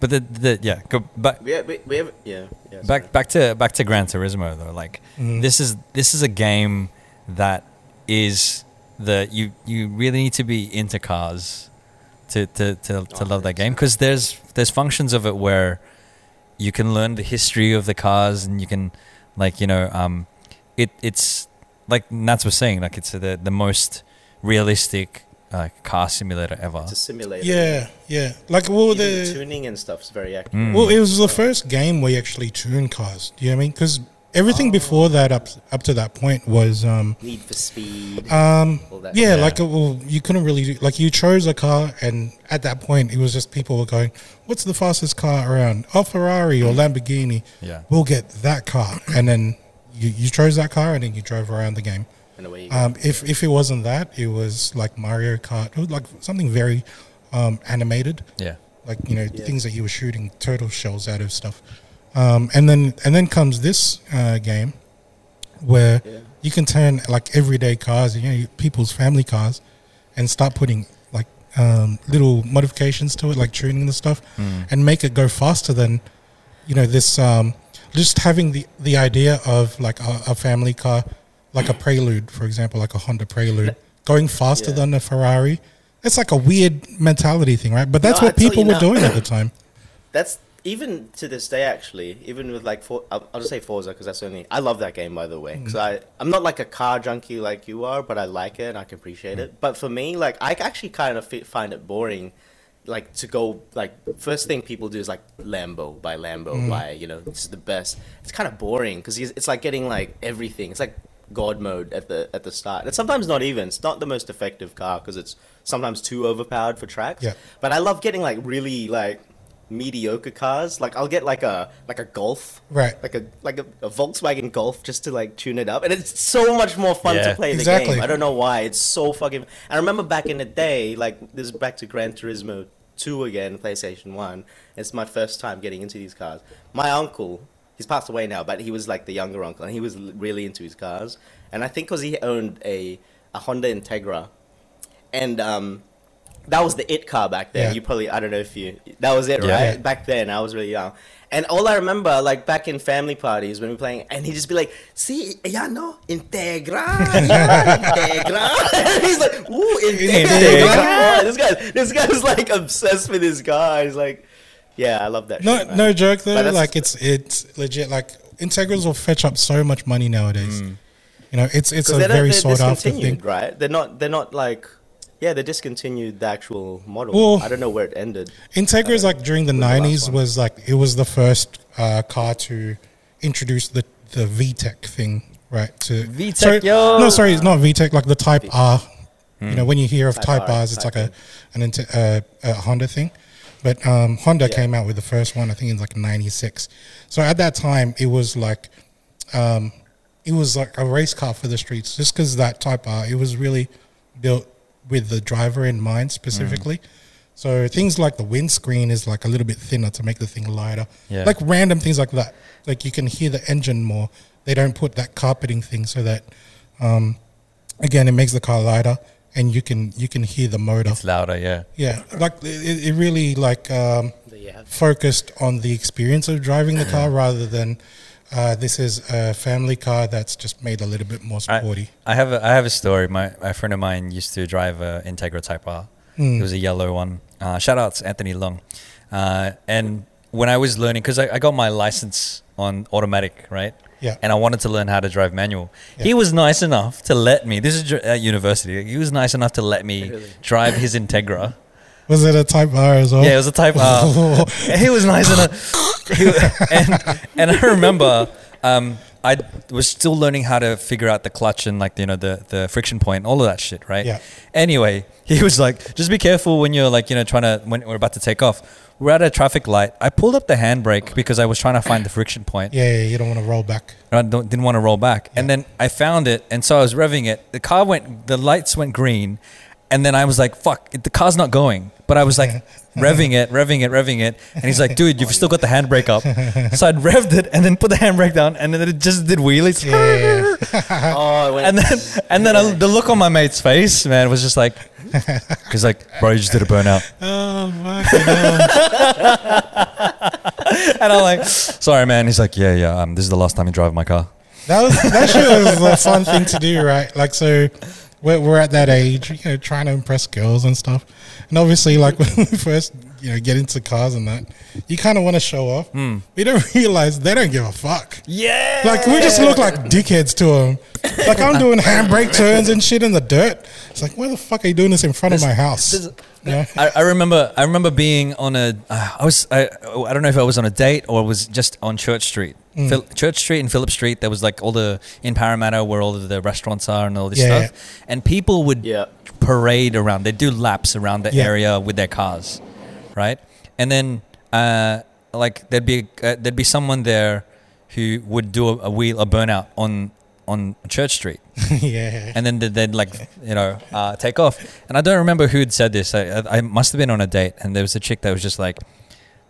But the, the yeah, go back We have, we, we have, yeah, yeah. sorry. back back to back to Gran Turismo though. Like this is this is a game that is the you you really need to be into cars to to to, to love that game because there's there's functions of it where you can learn the history of the cars and you can like you know um it it's like Nats was saying like it's the the most realistic uh, car simulator ever. It's a simulator. Yeah, yeah. Like, well, Even the the tuning and stuff is very accurate. Mm. well, it was the first game where you actually tune cars. Do you know what I mean? Because everything before that, up up to that point, was um, Need for Speed. um, all that yeah, shit. like well, you couldn't really do, like you chose a car, and at that point, it was just people were going, "What's the fastest car around? Oh, Ferrari or Lamborghini? Yeah. we'll get that car." And then you, you chose that car, and then you drove around the game. and away you go. Um, if if it wasn't that, it was like Mario Kart, it was like something very um, animated, Yeah. like you know Yeah. things that you were shooting turtle shells out of stuff. Um, and then and then comes this uh, game where Yeah. you can turn like everyday cars, you know, people's family cars, and start putting like um, little modifications to it, like tuning the stuff, and make it go faster than you know this. Um, just having the the idea of like a, a family car like a Prelude, for example, like a Honda Prelude, going faster than a Ferrari. It's like a weird mentality thing, right? But that's No, what I tell people you were now- doing at [laughs] the time. That's even to this day, actually. Even with like, For- I'll, I'll just say Forza because that's the only. I love that game, by the way. Because I, I'm not like a car junkie like you are, but I like it and I can appreciate it. But for me, like, I actually kind of fi- find it boring. Like to go like first thing people do is like Lambo by Lambo by you know this is the best. It's kind of boring because it's like getting like everything. It's like God mode at the at the start. And sometimes not even. It's not the most effective car because it's sometimes too overpowered for tracks. Yeah. But I love getting like really like mediocre cars. Like I'll get like a like a Golf, Right. Like a like a, a Volkswagen Golf just to like tune it up, and it's so much more fun Yeah. to play the Exactly. game. I don't know why. It's so fucking. I remember back in the day, like this is back to Gran Turismo two again, PlayStation One. It's my first time getting into these cars. My uncle. He's passed away now, but he was like the younger uncle, and he was l- really into his cars. And I think because he owned a, a Honda Integra, and um, that was the it car back then. Yeah. You probably I don't know if you that was it, Yeah. right? Yeah. Back then I was really young, and all I remember like back in family parties when we were playing, and he'd just be like, "See, ya no integra, ya integra." [laughs] and he's like, [laughs] "Ooh, integra." Integra. this guy, this guy's like obsessed with this guy. He's like, "Yeah, I love that." No, shit, man." no joke But though. that's- Like it's it's legit. Like integrals will fetch up so much money nowadays. Mm. You know, it's it's a they're, very they're sought after discontinued, thing. right? They're not. They're not like. Yeah, they discontinued the actual model. Well- I don't know where it ended. Integras like during the the last nineties one. was like it was the first uh, car to introduce the the VTEC thing, right? To VTEC, sorry, yo! no, sorry, it's not VTEC. Like the Type R. You know, when you hear of Type, Type R, R's, it's Type like a an inte- uh, a Honda thing. But um, Honda Yeah. came out with the first one, I think, in like '96. So at that time, it was like it was like a race car for the streets just because that type r it was really built with the driver in mind specifically Mm. so things like the windscreen is like a little bit thinner to make the thing lighter Yeah. like random things like that like you can hear the engine more they don't put that carpeting thing so that um, again it makes the car lighter and you can you can hear the motor It's louder, yeah. yeah like it, it really like um, Yeah. focused on the experience of driving the car rather than uh, this is a family car that's just made a little bit more sporty. I have a I have a story. My a friend of mine used to drive a Integra Type R. Hmm. It was a yellow one. Uh, shout out to Anthony Long. Uh, and when I was learning, because I, I got my license on automatic, right? Yeah. And I wanted to learn how to drive manual. Yeah. He was nice enough to let me. This is dr- at university. He was nice enough to let me Really? drive his Integra. was it a Type R as well? Yeah, it was a Type R. he was nice enough. He, [laughs] wa- and, and I remember um, I was still learning how to figure out the clutch and like you know the the friction point, all of that shit, right? Yeah. Anyway, he was like, "Just be careful when you're like you know trying to when we're about to take off." We're at a traffic light. I pulled up the handbrake because I was trying to find the friction point. [laughs] yeah, yeah, you don't want to roll [laughs] back. And I don't, didn't want to roll back. And then I found it, and so I was revving it. The car went, the lights went green, and then I was like, "Fuck, it- the car's not going." But I was [laughs] like, revving it, revving it, revving it, and he's like, "Dude, you've still got the handbrake [laughs] up." So I'd revved it, and then put the handbrake down, and then it just did wheelies. Yeah. Oh, it went [laughs] And then, and then I, the look on my mate's face, man, was just [laughs] like, because like, bro, you just did a burnout, Oh, fucking hell. and I'm like, sorry, man. He's like, yeah, yeah, um, this is the last time you drive my car. [laughs] that was that shit was a fun thing to do, right? Like so. We're, we're at that age, you know, trying to impress girls and stuff. And obviously, like [laughs] when we first, you know, get into cars and that, you kind of want to show off. Hmm. We don't [laughs] realize they don't give a fuck. Yeah, Like we just look like dickheads to him. Like I'm doing handbrake turns and shit in the dirt. It's like, where the fuck are you doing this in front of my house? There's- [laughs] Yeah. I, I remember I remember being on a uh, I was I, I don't know if I was on a date or was just on Church Street. Mm. Phil, Church Street and Phillip Street there was like all the in Parramatta where all of the restaurants are and all this Yeah, stuff. And people would Yeah. parade around. They do laps around the Yeah. area with their cars, right? And then uh, like there'd be uh, there'd be someone there who would do a, a wheel a burnout on on Church Street yeah. and then they'd, they'd like you know uh, take off. And I don't remember who had said this. I, I- I must have been on a date, and there was a chick that was just like,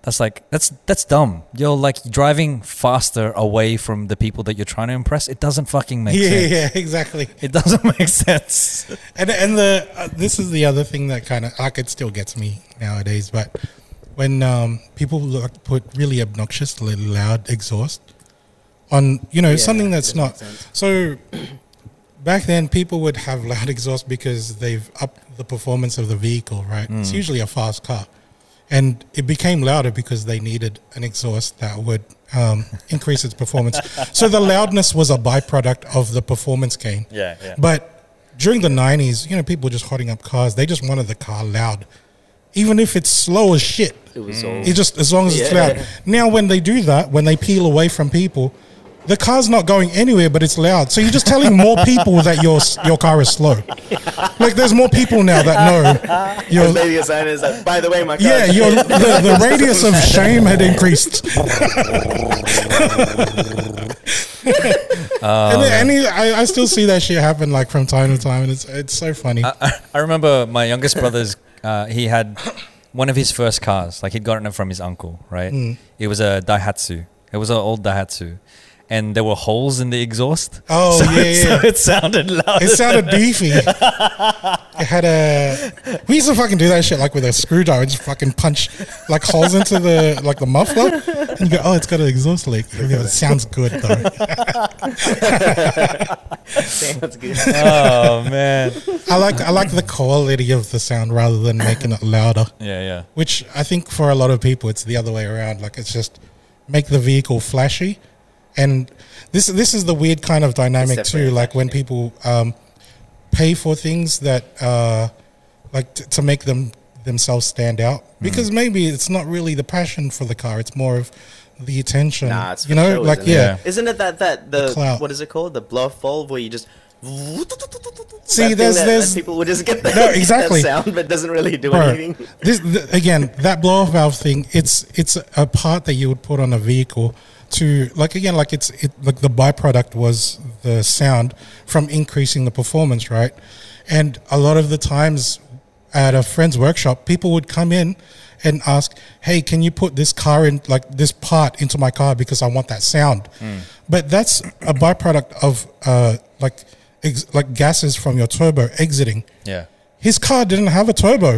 "That's like that's that's dumb. You're like driving faster away from the people that you're trying to impress. It doesn't fucking make [laughs] Yeah, sense. yeah, exactly. It doesn't [laughs] make sense." And and the uh, this is the other thing that kind of like it still gets me nowadays. But when um, people like put really obnoxious, li- loud exhaust on, you know, Yeah, something that's that not makes sense. so. [clears throat] Back then, people would have loud [laughs] exhaust because they've upped the performance of the vehicle, right? It's usually a fast car. And it became louder because they needed an exhaust that would um, [laughs] increase its performance. So the loudness was a byproduct of the performance gain. Yeah, yeah. But during the 90s, you know, people were just hotting up cars. They just wanted the car loud, even if it's slow as shit. It was all. It just as long as it's Yeah. loud. Now, when they do that, when they peel away from people, the car's not going anywhere, but it's loud. So you're just telling more people that your your car is slow. Like there's more people now that know your Maybe a sign is like, by the way, my car. [laughs] yeah [laughs] your the, the radius of shame had [laughs] increased. Oh, and then- and I, I still see that shit happen like from time to time, and it's it's so funny. I remember my youngest brother's. Uh, he had one of his first cars. Like he'd gotten it from his uncle, right? Mm. It was a Daihatsu. It was an old Daihatsu, and there were holes in the exhaust. Oh, [laughs] so, yeah, yeah. So it sounded loud. It sounded beefy. It had a. We used to fucking do that shit like with a screwdriver, just fucking punch like holes into the like the muffler, and you go, "Oh, it's got an exhaust leak." You go, it sounds good though. Sounds [laughs] good. oh man. I like I like the quality of the sound rather than making it louder, Yeah, yeah. which I think for a lot of people it's the other way around. Like it's just make the vehicle flashy, and this this is the weird kind of dynamic It's too. definitely Like when people um, pay for things that uh, like t- to make them themselves stand out Hmm. because maybe it's not really the passion for the car it's more of the attention Nah, it's for you know show, like isn't yeah, It? Isn't it that that the, clout. what is it called? The bluff valve where you just See, that thing that- there's- that there's- people would just get [laughs] that, No, exactly. that sound, but it doesn't really do Bro, anything. this th- again that blow off valve thing it's it's a part that you would put on a vehicle to like again like it's it like the byproduct was the sound from increasing the performance right and a lot of the times at a friend's workshop people would come in and ask hey can you put this car in like this part into my car because i want that sound but that's a byproduct of uh like ex- like gases from your turbo exiting Yeah. his car didn't have a turbo.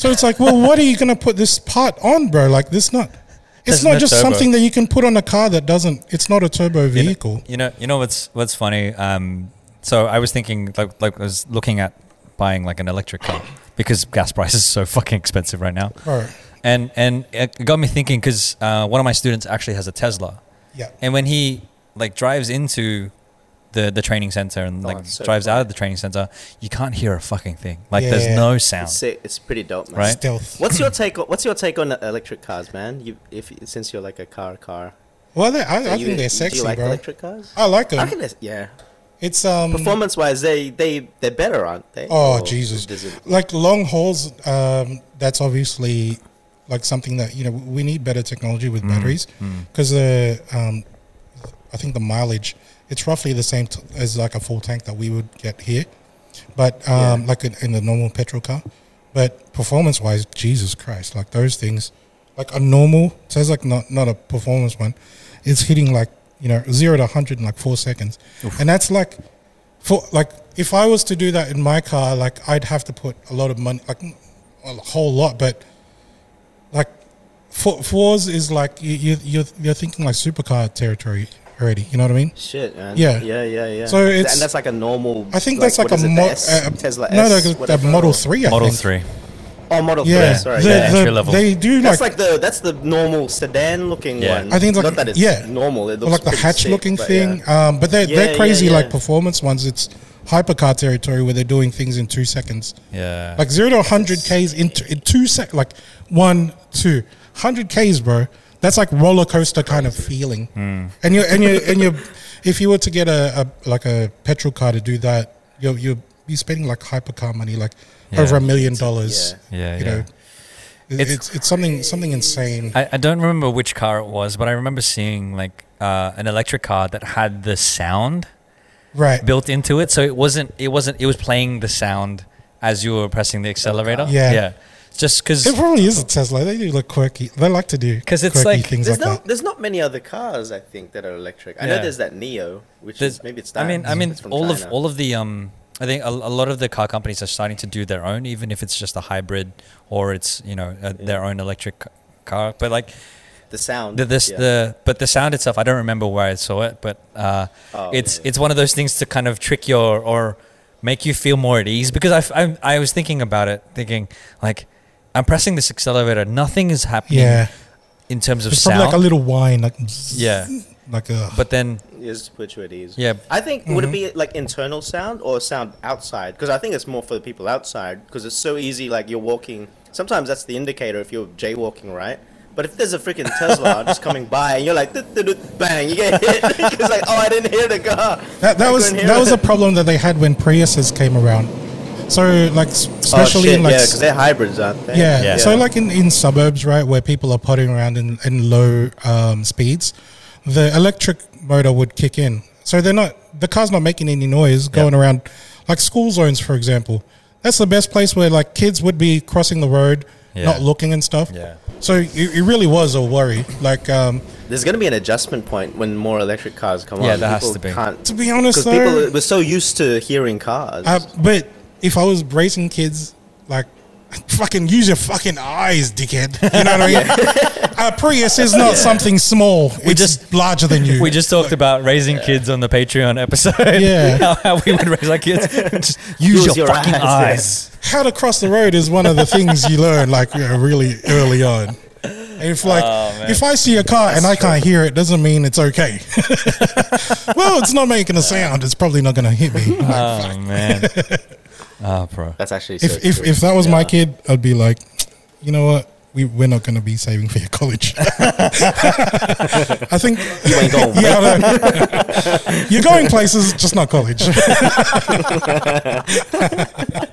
So it's like, well, what are you going to put this part on, bro? Like, this not. It's There's not no just turbo. something that you can put on a car that doesn't. It's not a turbo vehicle. You know, you know what's what's funny. Um, so I was thinking, like, like I was looking at buying like an electric car [coughs] because gas prices are so fucking expensive right now. Right. And and it got me thinking because uh, one of my students actually has a Tesla, Yeah. and when he like drives into the the training center and like it's so drives out quiet. of the training center, you can't hear a fucking thing. Like Yeah, there's yeah. no sound. It's, it's pretty dope, man. Right? Stealth. What's your take? On, what's your take on electric cars, man? You, if since you're like a car car, Well, they, I, I You- think do they're sexy, you like bro. Oh, electric cars? I like I them. reckon they're- yeah. It's um. Performance wise, they they they're better, aren't they? Oh Or Jesus! does it- Like long hauls, um, that's obviously like something that you know we need better technology with batteries because the um, I think the mileage it's roughly the same t- as like a full tank that we would get here, but um, like in, in the normal petrol car. But performance wise, Jesus Christ! Like those things, like a normal so it's like not not a performance one, it's hitting like you know zero to hundred in like four seconds, and that's like for like if I was to do that in my car, like I'd have to put a lot of money, like a whole lot, but like for fours is like you you you're, you're thinking like supercar territory already. You know what I mean? Shit, man. Yeah. yeah, yeah, yeah. So Th- it's- and that's like a normal. I think that's like what is a it, the mo- S- uh, Tesla no, S, like a whatever, Model or- Three, I Model think. three. Oh, Model Yeah, Three. Sorry, The- Yeah, the- entry level. They do like, That's like the that's the normal sedan looking Yeah. one. I think it's like not that it's yeah, normal. It Or looks like the pretty hatch sick, looking but thing. yeah. Um, but they're Yeah, they're yeah, crazy yeah. like performance ones. It's hypercar territory where they're doing things in two seconds. Yeah. Like zero to hundred k's in, t- in two sec, like one, two, hundred k's, bro. That's like roller coaster kind of feeling. Hmm. And you and you and you, if you were to get a, a like a petrol car to do that, you you be spending like hypercar money, like Yeah. over a million dollars. Yeah, you yeah. know, It's- it's, it's it's something something insane. I, I don't remember which car it was, but I remember seeing like uh, an electric car that had the sound right. built into it, so it wasn't it wasn't it was playing the sound as you were pressing the accelerator. Yeah. yeah. Just because It probably is a Tesla. They do look quirky. They like to do 'Cause it's quirky like- things There's like no, that. there's not many other cars I think that are electric. I Yeah. know there's that Neo, which There's- is maybe it's. I mean, I Daimler, mean, it's from all of China. all of the um, I think a, a lot of the car companies are starting to do their own, even if it's just a hybrid or it's you know a, their own electric c- car. But like, the sound. The, this yeah. the but the sound itself, I don't remember where I saw it, but uh, Oh, it's yeah. it's one of those things to kind of trick your or make you feel more at ease because I f- I'm- I, was thinking about it, thinking like I'm pressing this accelerator, nothing is happening Yeah. in terms of It's sound, probably like a little whine, like Yeah. like a. but then is put you at ease. Yeah. I think would Mm-hmm. it be like internal sound or sound outside? Because I think it's more for the people outside because it's so easy. Like you're walking. Sometimes that's the indicator if you're jaywalking, right? But if there's a freaking Tesla [laughs] just coming by and you're like, "Dut, dut, dut," bang, you get [laughs] hit. it's like, oh, I didn't hear the car. That, that I was couldn't hear that was it. a problem that they had when Priuses came around. So like s- Oh, especially shit, in like yeah, s- because they're hybrids, aren't they? yeah. So like in, in suburbs, right, where people are putting around in, in low um, speeds, the electric motor would kick in. So they're not the car's not making any noise going around like school zones, for example. That's the best place where like kids would be crossing the road, Yeah. not looking and stuff. Yeah. So it, it really was a worry. Like um, there's going to be an adjustment point when more electric cars come Yeah, on. there has People to be. Can't, to be honest, because though, people were so used to hearing cars. Uh, but if I was raising kids, like, fucking use your fucking eyes, dickhead. You know what [laughs] I mean? [laughs] A Prius is not something small. it's just- just larger [laughs] than you. we just talked about raising kids on the Patreon episode. Yeah. [laughs] how, how we would raise our [laughs] kids. Just use, Use your, your fucking eyes. eyes, yeah. how to cross the road is one of the things you learn, like, you know, really early on. If Oh, like if I see a car and I can't hear it, doesn't mean it's okay. [laughs] well, it's not making a sound. It's probably not going to [laughs] hit me. Like, Oh man. [laughs] Oh, bro. That's actually so if if, true. if that was my Yeah. kid, I'd be like, you know what? We we're not going to be saving for your college. [laughs] I [laughs] think you ain't going. [laughs] yeah, I know. you're going places, just not college. [laughs]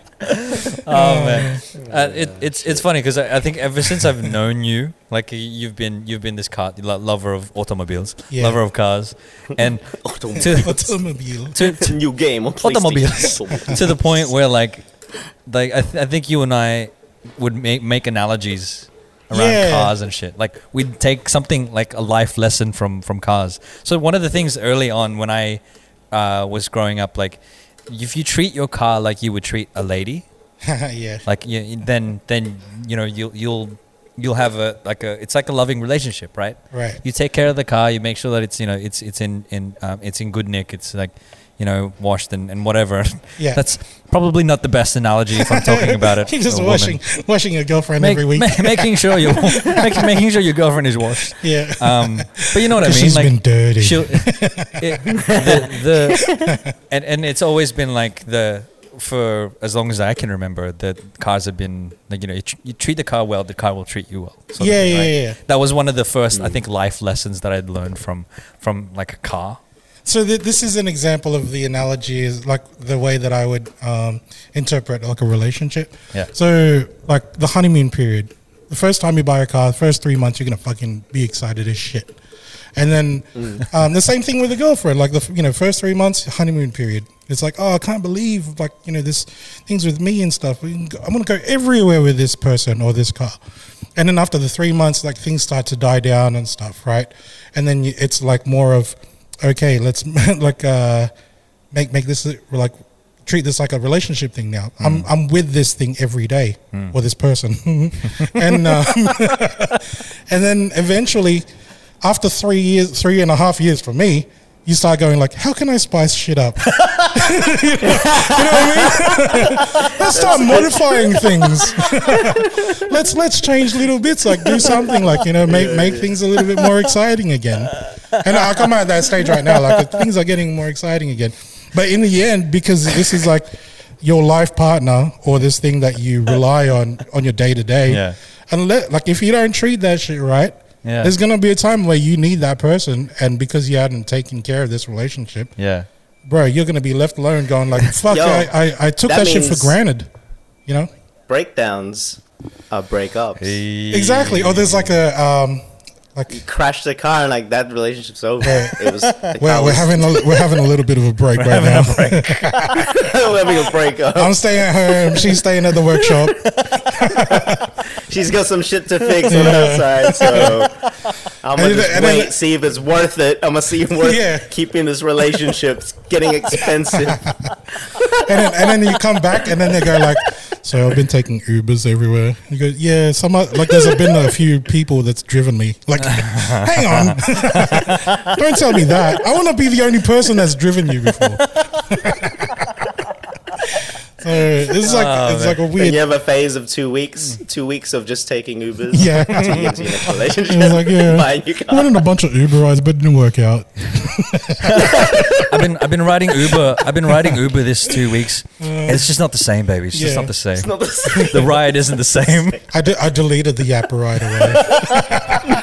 Oh man, uh, it, it's it's funny because I, I think ever since I've known you, like y- you've been you've been this car lo- lover of automobiles, Yeah. lover of cars, and to, Automobile. [laughs] to, to [laughs] new game on automobiles PlayStation. [laughs] to the point where like like I, th- I think you and I would make make analogies around Yeah. cars and shit. Like we'd take something like a life lesson from from cars. So one of the things early on when I uh, was growing up, like if you treat your car like you would treat a lady, yeah. like you, you- then then you know you'll you'll you'll have a like a it's like a loving relationship right Right. you take care of the car you make sure that it's you know it's it's in in um, it's in good nick it's like you know washed and, and whatever [laughs] Yeah. that's probably not the best analogy if i'm talking about it [laughs] [laughs] You're just to a woman. washing washing your girlfriend Make- every week. ma- making sure [laughs] you [laughs] making, making sure your girlfriend is washed [laughs] yeah. um but you know what i 'Cause mean she's been dirty. [laughs] she'll- it- the, the and, and it's always been like the for as long as I can remember the cars have been like you know you, tr- you treat the car well the car will treat you well sort of Yeah, thing, yeah, right? yeah. that was one of the first I think life lessons that I'd learned from from like a car So th- this is an example of the analogy is like the way that I would um, interpret like a relationship. Yeah. So like the honeymoon period, the first time you buy a car, the first three months you're gonna fucking be excited as shit, and then um, the same thing with a girlfriend. Like the f- you know first three months honeymoon period, it's like oh I can't believe like you know this things with me and stuff. We can go- I'm gonna go everywhere with this person or this car, and then after the three months like things start to die down and stuff, right? And then you, it's like more of okay, let's [laughs] like uh, make make this uh, like treat this like a relationship thing now. I'm I'm with this thing every day or this person, [laughs] and um, and then eventually, after three years, three and a half years for me. You start going like, how can I spice shit up? [laughs] you, know, you know what I mean? let's start modifying things. [laughs] let's let's change little bits, like do something, like you know, make make things a little bit more exciting again. And I come out that stage right now, like things are getting more exciting again. But in the end, because this is like your life partner or this thing that you rely on on your day to Yeah. day, and let, like if you don't treat that shit right. Yeah. There's gonna be a time where you need that person, and because you hadn't taken care of this relationship, yeah bro, you're gonna be left alone, going like, "Fuck, Yo, I, I, I took that that, shit for means- granted," you know. breakdowns uh, are breakups. Exactly. Or there's like a um, like Crash the car and like that relationship's over. It was like, I well, we're was- having a, we're having a little bit of a break right [laughs] now. we're having a breakup. [laughs] I'm staying at home. She's staying at the workshop. She's got some shit to fix on her side, [laughs] so I'm gonna And just then- and then- wait, see if it's worth it. I'm gonna see if worth Yeah. keeping this [laughs] relationship. It's getting expensive. and then and then you come back, and then they go like, So I've been taking Ubers everywhere. He goes, yeah, some o- like there's been a few people that's driven me. Like, [laughs] hang on, [laughs] don't tell me that. I want to be the only person that's driven you before. [laughs] so it's like Oh, it's man. like a Then weird you have a phase of two weeks, two weeks of just taking Ubers. Yeah. until you get into your [laughs] next relationship. It's [laughs] like yeah, Buy a new I car. went on a bunch of Uber rides, but it didn't work out. I've been I've been riding Uber. I've been riding Uber this two weeks. it's just not the same, baby. It's just Mm. Yeah. not the same. It's not the [laughs] same. [laughs] the ride isn't the [laughs] same. I, de- I deleted the app right away.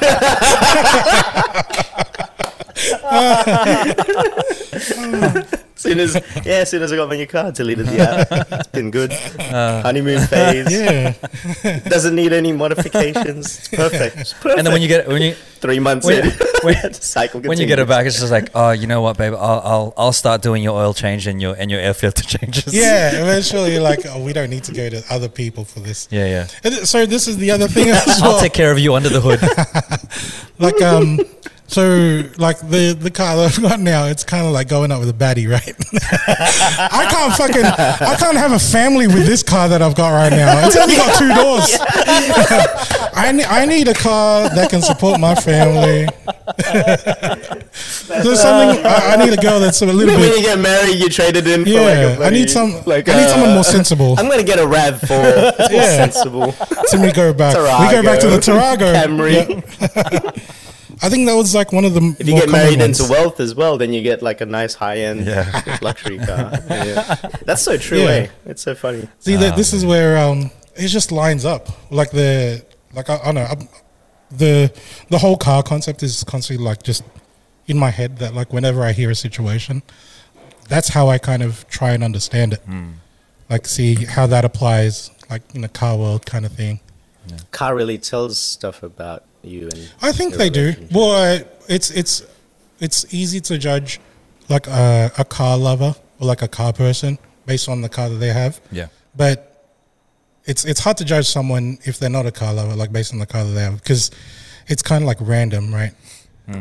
soon as yeah, as soon as I got my new car, deleted the app. It's been good. Honeymoon phase. [laughs] Yeah, Doesn't need any modifications. It's perfect. It's perfect. And then when you get when you three months when- in, [laughs] when- cycle when you get it back, it's just like, oh, you know what, babe? I'll I'll, I'll start doing your oil change and your and your air filter [laughs] changes. yeah. Eventually, you're like, oh, we don't need to go to other people for this. yeah, yeah. [laughs] And th- so this is the other thing as well. I'll take care of you under the hood. like um, so like the the car that I've got now, it's kind of like going out with a baddie, right? [laughs] I can't fucking I can't have a family with this car that I've got right now. It's only got two doors. [laughs] I ne- I need a car that can support my family. There's something I, I need a girl that's a little When bit [laughs] you get married, you traded in. for like Yeah, a I bloody- need some. Like I need uh, someone more sensible. I'm gonna get a Rav [laughs] Four. It's more Yeah. sensible. So we go back. We go back to the Tarago. Camry. Yeah. I think that was like one of the. If you get married into wealth as well, then you get like a nice high end Yeah. [laughs] luxury [laughs] car. Yeah. That's so true, Yeah. eh? It's so funny. See, that this is where um, it just lines up. Like the like I, I don't know I'm, the the whole car concept is constantly like just in my head that like whenever I hear a situation, that's how I kind of try and understand it. Like see how that applies, like in the car world kind of thing. Car really tells stuff about you and I think your they do. relationship. Well, I, it's it's it's easy to judge like a, a car lover or like a car person based on the car that they have. yeah. But it's it's hard to judge someone if they're not a car lover, like based on the car that they have, because it's kind of like random, right?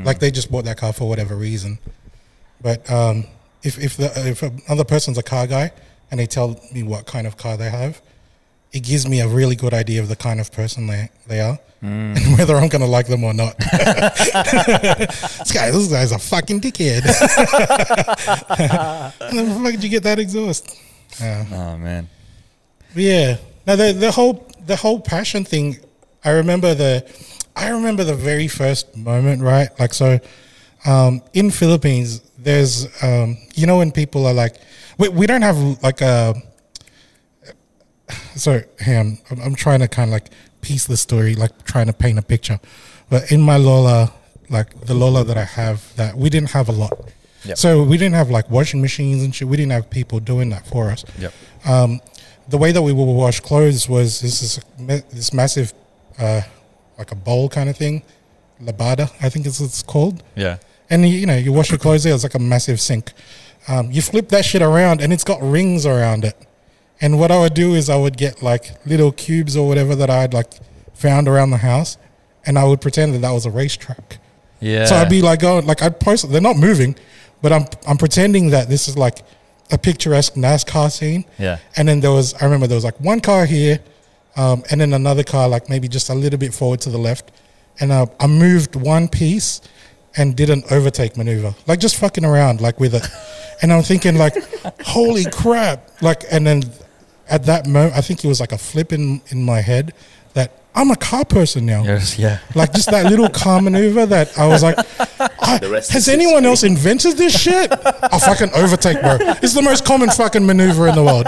Like they just bought that car for whatever reason. But um, if if the, if another person's a car guy and they tell me what kind of car they have, it gives me a really good idea of the kind of person they they are and [laughs] whether I'm going to like them or not. [laughs] this guy, this guy's a fucking dickhead. [laughs] How the fuck did you get that exhaust? Yeah. [laughs] Oh man. Yeah. Now the the whole the whole passion thing. I remember the I remember the very first moment, right? Like so, um, in Philippines, there's um, you know when people are like, we we don't have like [sighs] a. So hang on, I'm, I'm trying to kind of like piece the story, like trying to paint a picture, but in my Lola, like the Lola that I have, that we didn't have a lot. Yep. So we didn't have like washing machines and shit. We didn't have people doing that for us Yep. um, the way that we would wash clothes was this is ma- this massive, uh, like a bowl kind of thing, labada, I think is what it's called. Yeah. And you, you know, you wash your clothes there. It's like a massive sink. Um, you flip that shit around, and it's got rings around it. And what I would do is I would get like little cubes or whatever that I'd like found around the house, and I would pretend that that was a racetrack. Yeah. So I'd be like going, like I'd post. They're not moving, but I'm I'm pretending that this is like a picturesque NASCAR scene. Yeah. And then there was, I remember there was like one car here, um, and then another car like maybe just a little bit forward to the left, and uh, I moved one piece and did an overtake maneuver, like just fucking around like with it, [laughs] and I'm thinking like, holy crap, like, and then at that moment I think it was like a flip in in my head that I'm a car person now Yes, yeah. like just that little car maneuver that I was like, I- [laughs] The rest is has anyone history. else invented this shit? I fucking overtake, bro. It's the most common fucking maneuver in the world.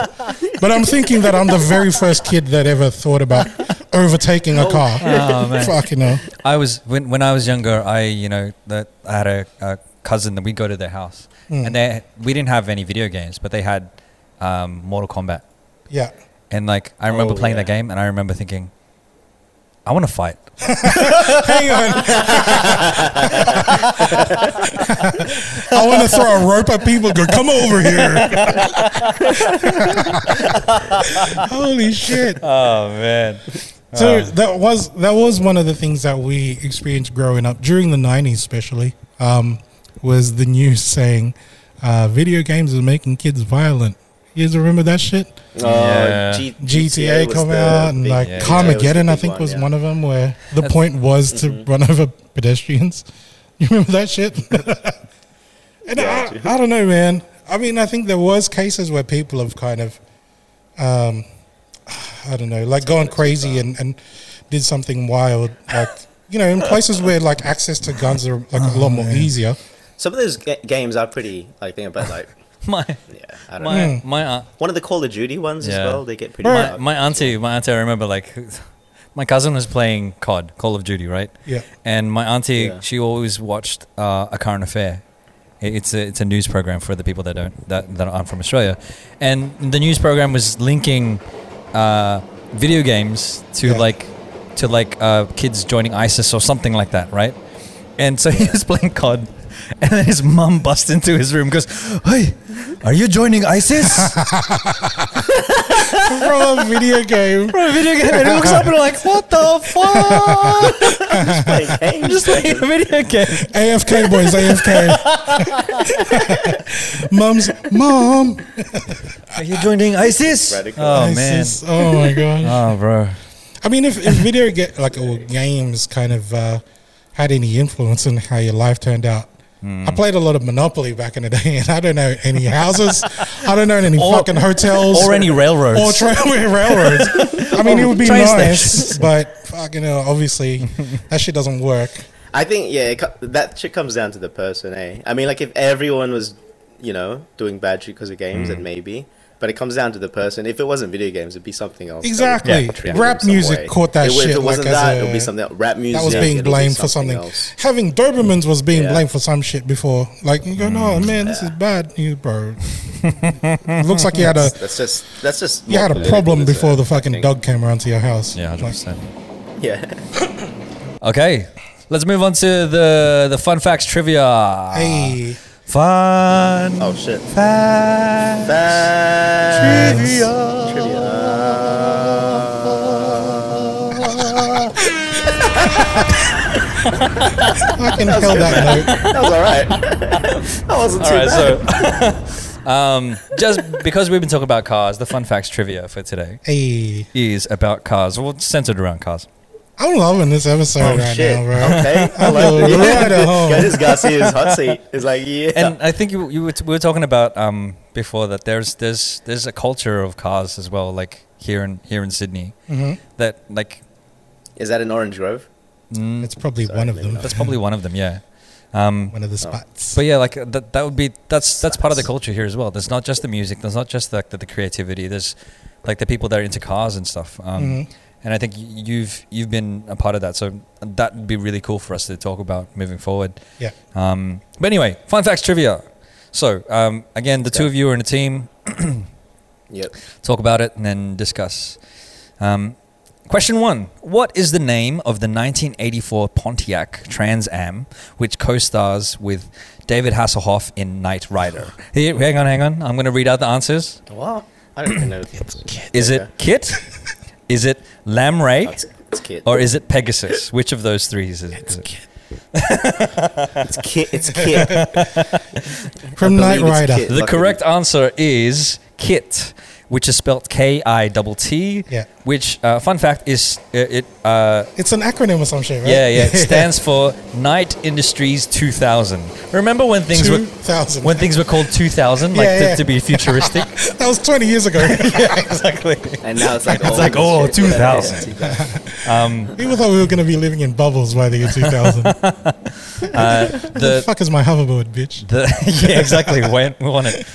But I'm thinking that I'm the very first kid that ever thought about overtaking a car. Oh, man. Fucking hell. I was when when I was younger. I you know that I had a, a cousin that we go to their house, and they we didn't have any video games, but they had um, Mortal Kombat, Yeah. and like I remember Oh, playing yeah. that game, and I remember thinking, I want to fight. Hang on. I want to throw a rope at people. Go, come over here. [laughs] Holy shit. Oh man. So Uh, that was that was one of the things that we experienced growing up during the '90s, especially, um, was the news saying uh, video games are making kids violent. You guys remember that shit? Oh, Yeah. G- GTA, was come the out and big- like yeah, was the Carmageddon, I big think was yeah. one of them where the point was to Mm-hmm. run over pedestrians. [laughs] You remember that shit? and uh, Yeah, I do. I, I don't know, man. I mean, I think there was cases where people have kind of, um, I don't know, like gone crazy and, and did something wild, like you know, in places where like access to guns are like Oh, a lot more easier. Some of those ga- games are pretty, like, think about, like, [laughs] My yeah, I don't Hmm. know. my my aunt, One of the Call of Duty ones as Yeah. well, they get pretty my, wild. my auntie my auntie I remember like [laughs] my cousin was playing COD Call of Duty right Yeah. and my auntie Yeah. she always watched uh, a current affair It- it's a it's a news program for the people that don't that, that aren't from Australia and the news program was linking uh, video games to Yeah. like to like uh, kids joining ISIS or something like that right and so [laughs] he was playing COD and then his mum busts into his room and goes hey are you joining ISIS From a video game. for a video game and he looks up and I'm like what the fuck [laughs] [laughs] Like, hey, I'm just playing a video game AFK [laughs] boys, AFK. Mum's mom. are you joining ISIS Radical. oh This man is- oh my gosh. Oh, bro. I mean, if, if video get like or games kind of uh, had any influence on how your life turned out. I played a lot of Monopoly back in the day, and I don't know any houses. I don't know any Or- fucking hotels Or any railroads. or [laughs] railway railroads. I mean, it would be Train nice, but fucking hell, obviously that shit doesn't work. I think yeah, it, co- that shit comes down to the person, eh? I mean, like if everyone was, you know, doing bad shit because of games, Hmm. then maybe. But it comes down to the person. If it wasn't video games, it'd be something else. that would Exactly. like treat them Rap some music caught that It would- shit, If it like, wasn't as that, a- it would be something else. Rap music That was being it'll be blamed for something. else. Having Dobermans was being Yeah. blamed for some shit before. Like you go, no man, this is bad, you bro. [laughs] looks like you had a That's just that's just you more had a political, problem isn't before it? the I fucking think. dog came around to your house. Yeah, Like, 100%. Yeah. [laughs] Okay, let's move on to the the fun facts trivia. hey, Fun Oh shit. facts. Facts. Ah. Trivia. fucking hell that note. That was alright. [laughs] that wasn't too All right, bad. so um, just because we've been talking about cars, the fun facts trivia for today Hey, is about cars. Well, it's centered around cars. I'm loving this episode Oh right shit! [laughs] now, bro. [laughs] Okay, I I'm like going it. right [laughs] at home. Yeah, this Garcia's hot seat is like yeah. And I think you, you were t- we were talking about um, before that there's there's there's a culture of cars as well, like here in here in Sydney, Mm-hmm. that like is that an Orange Grove? mm, It's probably Sorry, one of maybe them. not. that's probably one of them. Yeah. Um, one of the spots. But yeah, like uh, that, that would be that's that's part of the Sucks. culture here as well. There's not just the music. There's not just like the, the creativity. There's like the people that are into cars and stuff. Um, Mhm. And I think y- you've you've been a part of that, so that would be really cool for us to talk about moving forward. Yeah. Um, but anyway, fun facts trivia. So um, again, the two go. of you are in a team. Yep. Talk about it and then discuss. Um, question one: What is the name of the 1984 Pontiac Trans Am, which co-stars with David Hasselhoff in Knight [laughs] Rider? Here, hang on, hang on. I'm going to read out the answers. What? I don't even know. Is Yeah. it Kit? [laughs] Is it Lam Ray? It's, it's Kit. Or is it Pegasus? Which of those three is it? It's Kit. it's Kit. It's Kit. I From believe Knight it's Rider. Kit. The Lucky correct answer is Kit, which is spelled K-I-T-T. Yeah. Which, uh, fun fact, is uh, it uh, It's an acronym or some shit, right? Yeah, yeah. It [laughs] stands for Night Industries 2000. Remember when things were 2000. when things were called 2000, like Yeah, to- yeah. To, be futuristic. that was 20 [laughs] years ago. exactly. [laughs] And now it's like [laughs] It's oh, like, oh, shit. 2000. Yeah, yeah, yeah. Um, People thought we were going to be living in bubbles by the year [laughs] 2000. What the The fuck is my hoverboard, [laughs] bitch? the yeah, exactly. [laughs] When we want it.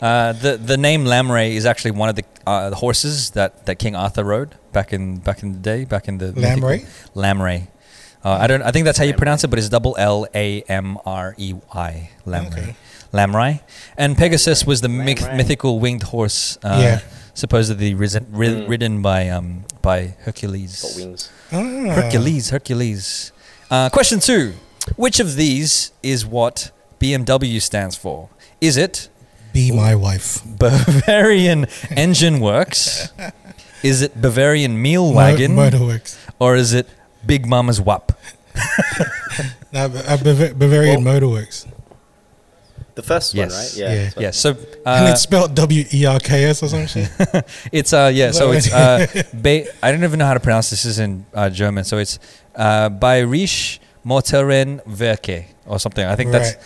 Uh, the the name Lamray is actually one of the, uh, the horses that, that King Arthur rode back in back in the day, back in the Lamb Ray? Lamray. Uh, I don't. I think that's how you pronounce it, but it's double L A M R E Y. Lamray. Okay. Lamrai. And Pegasus was the myth- Lamrai. mythical winged horse, uh, Yeah. supposedly risen, ri- ridden by um, by Hercules. Got wings. Ah. Hercules, Hercules. Uh, question two: Which of these is what BMW stands for? Is it Be my wife. [laughs] Bavarian Engine Works? Is it Bavarian Meal Wagon? Mo- motorworks. Or is it Big Mama's WAP? No, B- uh, Bav- Bavarian Motorworks. The The first one, Yes. right? Yeah. Yeah. that's what- Yeah, so and uh, it's spelled W E R K S or some shit. it's uh yeah, Is so that it's [laughs] uh ba- I don't even know how to pronounce this. This is in uh, German, so it's uh Bayerische Motoren Werke or something. I think Right. that's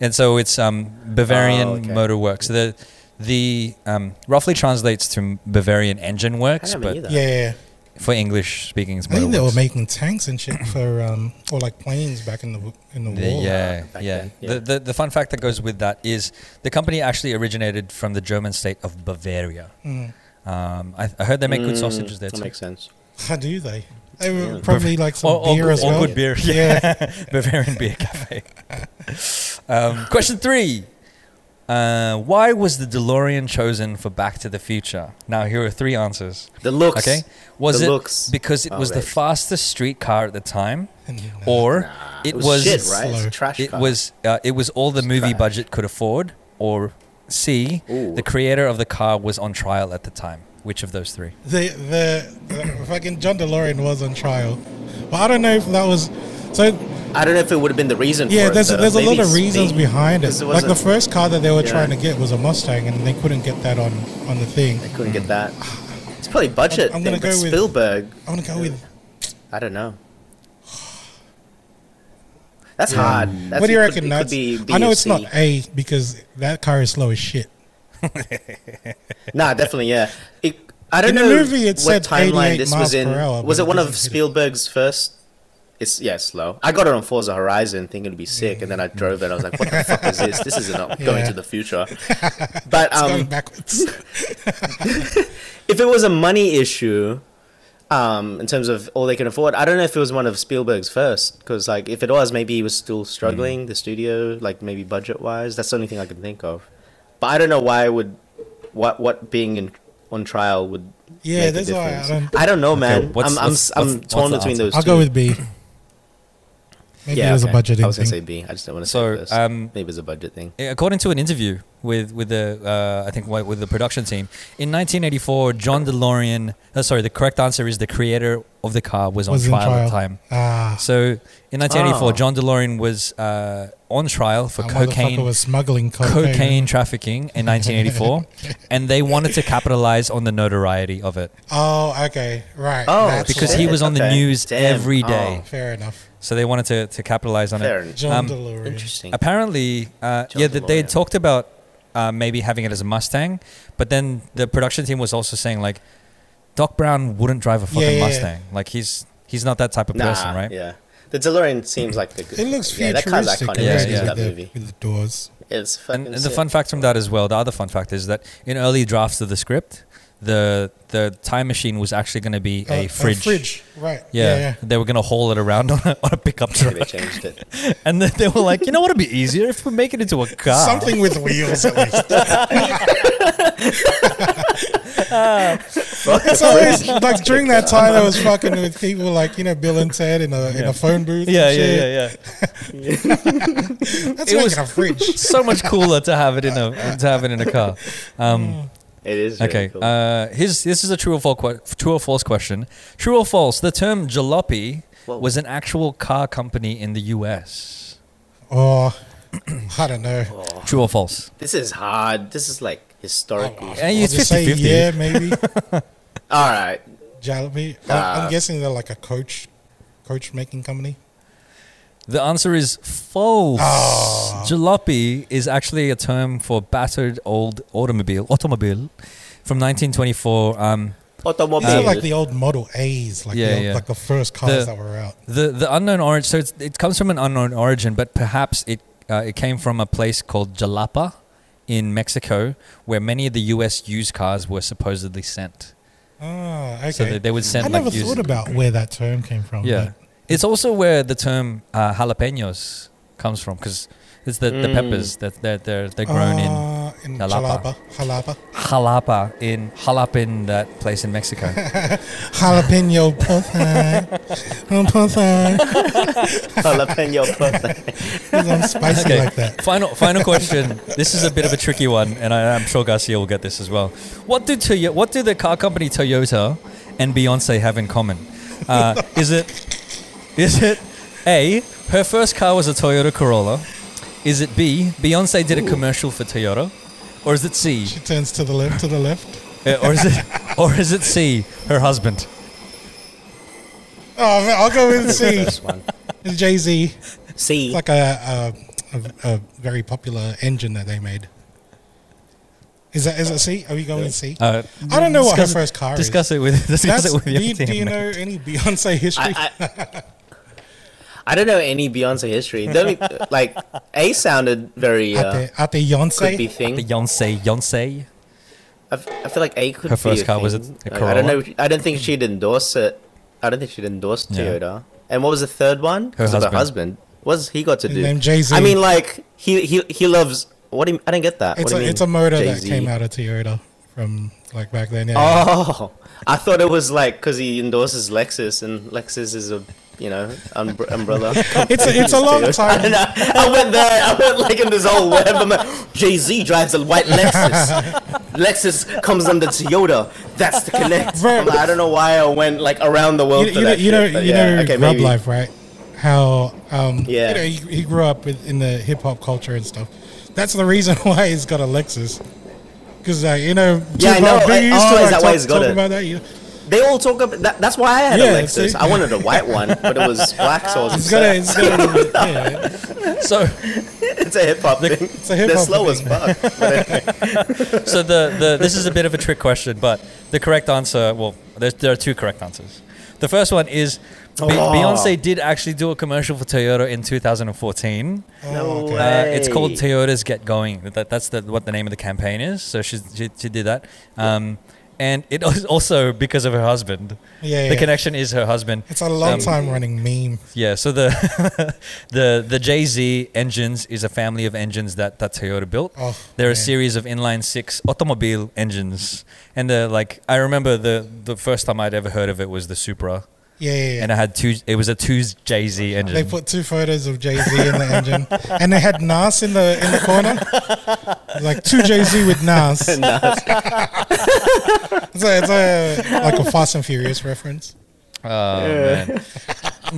and so it's um Bavarian Oh, okay. Motor Works. The the um, roughly translates to Bavarian Engine Works, I never knew but that. Yeah, yeah, yeah. for English speaking, it's I Motor think they were Works. making tanks and shit for um or like planes back in the w- in the The- war. yeah, Ah, back yeah. then, The, yeah. the the fun fact that goes with that is the company actually originated from the German state of Bavaria. Mm. Um, I, I heard they make good Mm, sausages there That too. makes sense. How do they? They were Yeah. probably like some Or, or beer good- as or well. good beer, [laughs] yeah. [laughs] [laughs] Yeah. Bavarian beer cafe. um, question three: uh, Why was the DeLorean chosen for Back to the Future? Now here are three answers. The looks. Okay, was The it looks. because it Oh, was the right. fastest street car at the time, And, you know, [laughs] or Nah, it was shit, right? It's slow. a trash it car. was uh, it was all the movie trash. budget could afford, or C, Ooh. the creator of the car was on trial at the time. Which of those three? the, the the fucking John DeLorean was on trial, but I don't know if that was so. I don't know if it would have been the reason. Yeah, for there's it, though. there's a lot Maybe of reasons speed, behind it. 'cause like the wasn't- first car that they were Yeah. trying to get was a Mustang, and they couldn't get that on on the thing. I couldn't get that. It's probably budget. I'm- I'm thing, gonna but go with- Spielberg. I want to go with. I don't know. That's hard. That's, what do you it reckon, Could, it Nuts? could be B I know or it's not C. A because that car is slow as shit. Nah, definitely, yeah. It, I don't In the know movie, it what said 88 timeline this miles was per in. hour, was but it it one of doesn't hit it. Spielberg's first? It's yeah, it's slow. I got it on Forza Horizon, thinking it'd be sick, and then I drove it. I was like, "What the fuck is this? This is [laughs] not going Yeah. to the future." But It's going um, backwards. if it was a money issue, um, in terms of all they can afford, I don't know if it was one of Spielberg's first, because like if it was, maybe he was still Mm. struggling the studio, like maybe budget wise. That's the only thing I can think of. But I don't know why would what what being in, on trial would. Yeah, make a that's why I difference. don't- I don't know, man. what's- I'm I'm, what's- I'm what's- torn what's the between answer? those. I'll two. go with [clears throat] B. Maybe Yeah, it was okay. a budgeting I was gonna say thing. B. I just don't want to So, say first. um, maybe it's a budget thing. According to an interview with with the uh, I think wi- with the production team in 1984, John DeLorean. Uh, sorry, the correct answer is the creator of the car was on Was in trial, at trial. the time. Ah, So in 1984, Oh. John DeLorean was uh, on trial for that motherfucker cocaine was smuggling cocaine. cocaine. trafficking in [laughs] 1984, and they wanted to capitalize on the notoriety of it Oh, okay, right. Oh, that's because why. he Shit, was on the okay. news Damn. every Oh. day. fair enough. So they wanted to, to capitalize on it. Fair enough. John Um, DeLorean. Interesting. Apparently, uh, John yeah, th- they DeLorean. talked about uh, maybe having it as a Mustang, but then the production team was also saying like, Doc Brown wouldn't drive a fucking Yeah, yeah, yeah. Mustang. Like he's he's not that type of Nah, person, right? Yeah. The DeLorean seems like the good. It looks yeah, that car's futuristic. iconic Yeah, yeah, already yeah. that With, the, movie. with the doors. It's fucking And, and the sick. fun fact from that as well, the other fun fact is that in early drafts of the script, the the time machine was actually going to be Uh, a fridge. fridge, right? Yeah, yeah. yeah. they were going to haul it around [laughs] on a, on a pickup Yeah, [laughs] they truck, changed it. [laughs] and then they were like, you know what, it'd be easier if we make it into a car. Something with wheels at [laughs] least. it's always like during that time I was fucking with people like you know Bill and Ted in a in Yeah. a phone booth. Yeah, and yeah, shit. yeah, yeah. yeah. That's It making was- a fridge. [laughs] so much cooler to have it in a to have it in a car. Um, [laughs] It is really okay, cool. uh, here's this is a true or false que- true or false question. True or false? The term jalopy Whoa. was an actual car company in the U.S. Oh, [clears throat] I don't know. Oh. True or false? this is hard. This is like historical. Yeah, I'll it's just say 50-50. yeah, maybe [laughs] All right. jalopy. Ah. I'm guessing they're like a coach, coach making company. The answer is false. Oh. Jalopy is actually a term for battered old automobile automobile from 1924. Um, Automobile. These are like the old Model A's, like Yeah, the old, yeah. like the first The- cars that were out. The the unknown origin. So it's, it comes from an unknown origin, but perhaps it uh, it came from a place called Jalapa in Mexico, where many of the U.S. used cars were supposedly sent. Ah, okay. So they, they would send. I like, never used- thought about where that term came from. Yeah, it's also where the term uh, jalapenos comes from because it's the, the Mm. peppers that they're they're, they're but- grown in Ah, in Jalapa. Jalapa, Jalapa, Jalapa in Jalapin, that place in Mexico. jalapeno [laughs] potha, potha. [laughs] [laughs] jalapeno pepper. I'm spicy [laughs] Okay. like that. Final final question. this is a bit of a tricky one, and I, I'm sure Garcia will get this as well. What do Toyo- What do the car company Toyota and Beyonce have in common? Uh, is it is it a her first car was a Toyota Corolla, Is it B, Beyonce did a commercial for Toyota? Or is it C, She turns to the left, to the left. uh, or is it, or is it C, her husband? Oh, man, I'll go [laughs] with C. First one. Jay Z. C. Like a, a, a, a very popular engine that they made. Is that is it C? Are we going with C? Uh, I don't know what her discuss- first car Discuss it with [laughs] discuss is. it with your do, you, team. do you know any Beyonce history? I, I, I don't know any Beyonce history. The only, like, A sounded very. Uh, Ate, Ate could be Yonce. thing. Beyonce, Beyonce. I, f- I feel like A could Her be first a car was thing. a- a Like, I don't Corolla? know. I don't think she'd endorse it. I don't think she'd endorse Yeah. Toyota. And what was the third one? Her Was it husband. husband. What's he got to His do? name Jay-Z. I mean, like he he he loves. What do you, I don't get that. What It's do a, you mean, it's a motor that Jay-Z? came out of Toyota from like back then. Yeah. Oh, I thought it was like because he endorses Lexus and Lexus is a you know umbr umbrella. [laughs] It's a, it's a long [laughs] I, time. know. I went there. I went like in this whole web. I'm like, Jay Z drives a white Lexus. Lexus comes under Toyota. That's the connect. Bro. I'm like, I don't know why I went like around the world You, for you know, Oh, that. you know, shit, but you yeah. know okay, Grub maybe. Life, right? How um, Yeah. you know he, he grew up with, in the hip hop culture and stuff. That's the reason [laughs] why he's got a Lexus. Because like you know, Yeah, I Tupac, know, they right? used Oh, to, is like, that why talk- he's got talk it? about that, you- They all talk about. That, that's why I had Yeah, a Lexus. see? I wanted a white one, but it [laughs] was black, so I was He's got a, upset. he's got a, [laughs] yeah. So, [laughs] It's a hip hop thing. It's a hip-hop They're slow thing. as [laughs] fuck. But anyway. so the, the this is a bit of a trick question, but the correct answer. Well, there's, there are two correct answers. The first one is Be- Oh. Beyonce did actually do a commercial for Toyota in 2014. No Oh, okay. Uh, it's called way. Toyota's Get Going. That, that's the, what the name of the campaign is. So she, she, she did that. Um, and it [laughs] was also because of her husband. Yeah, The yeah. connection is her husband. It's a long Um, time running meme. Yeah, so the [laughs] the the Jay Z engines is a family of engines that, that Toyota built. Oh, They're a man. series of inline six automobile engines, and they're like I remember the the first time I'd ever heard of it was the Supra, Yeah, yeah, yeah. and I had two. It was a two Jay Z engine. They put two photos of Jay Z in the engine, and they had Nas in the in the corner, like two Jay Z with [laughs] Nas. [laughs] It's, a, it's a, like a Fast and Furious reference. oh [laughs] man,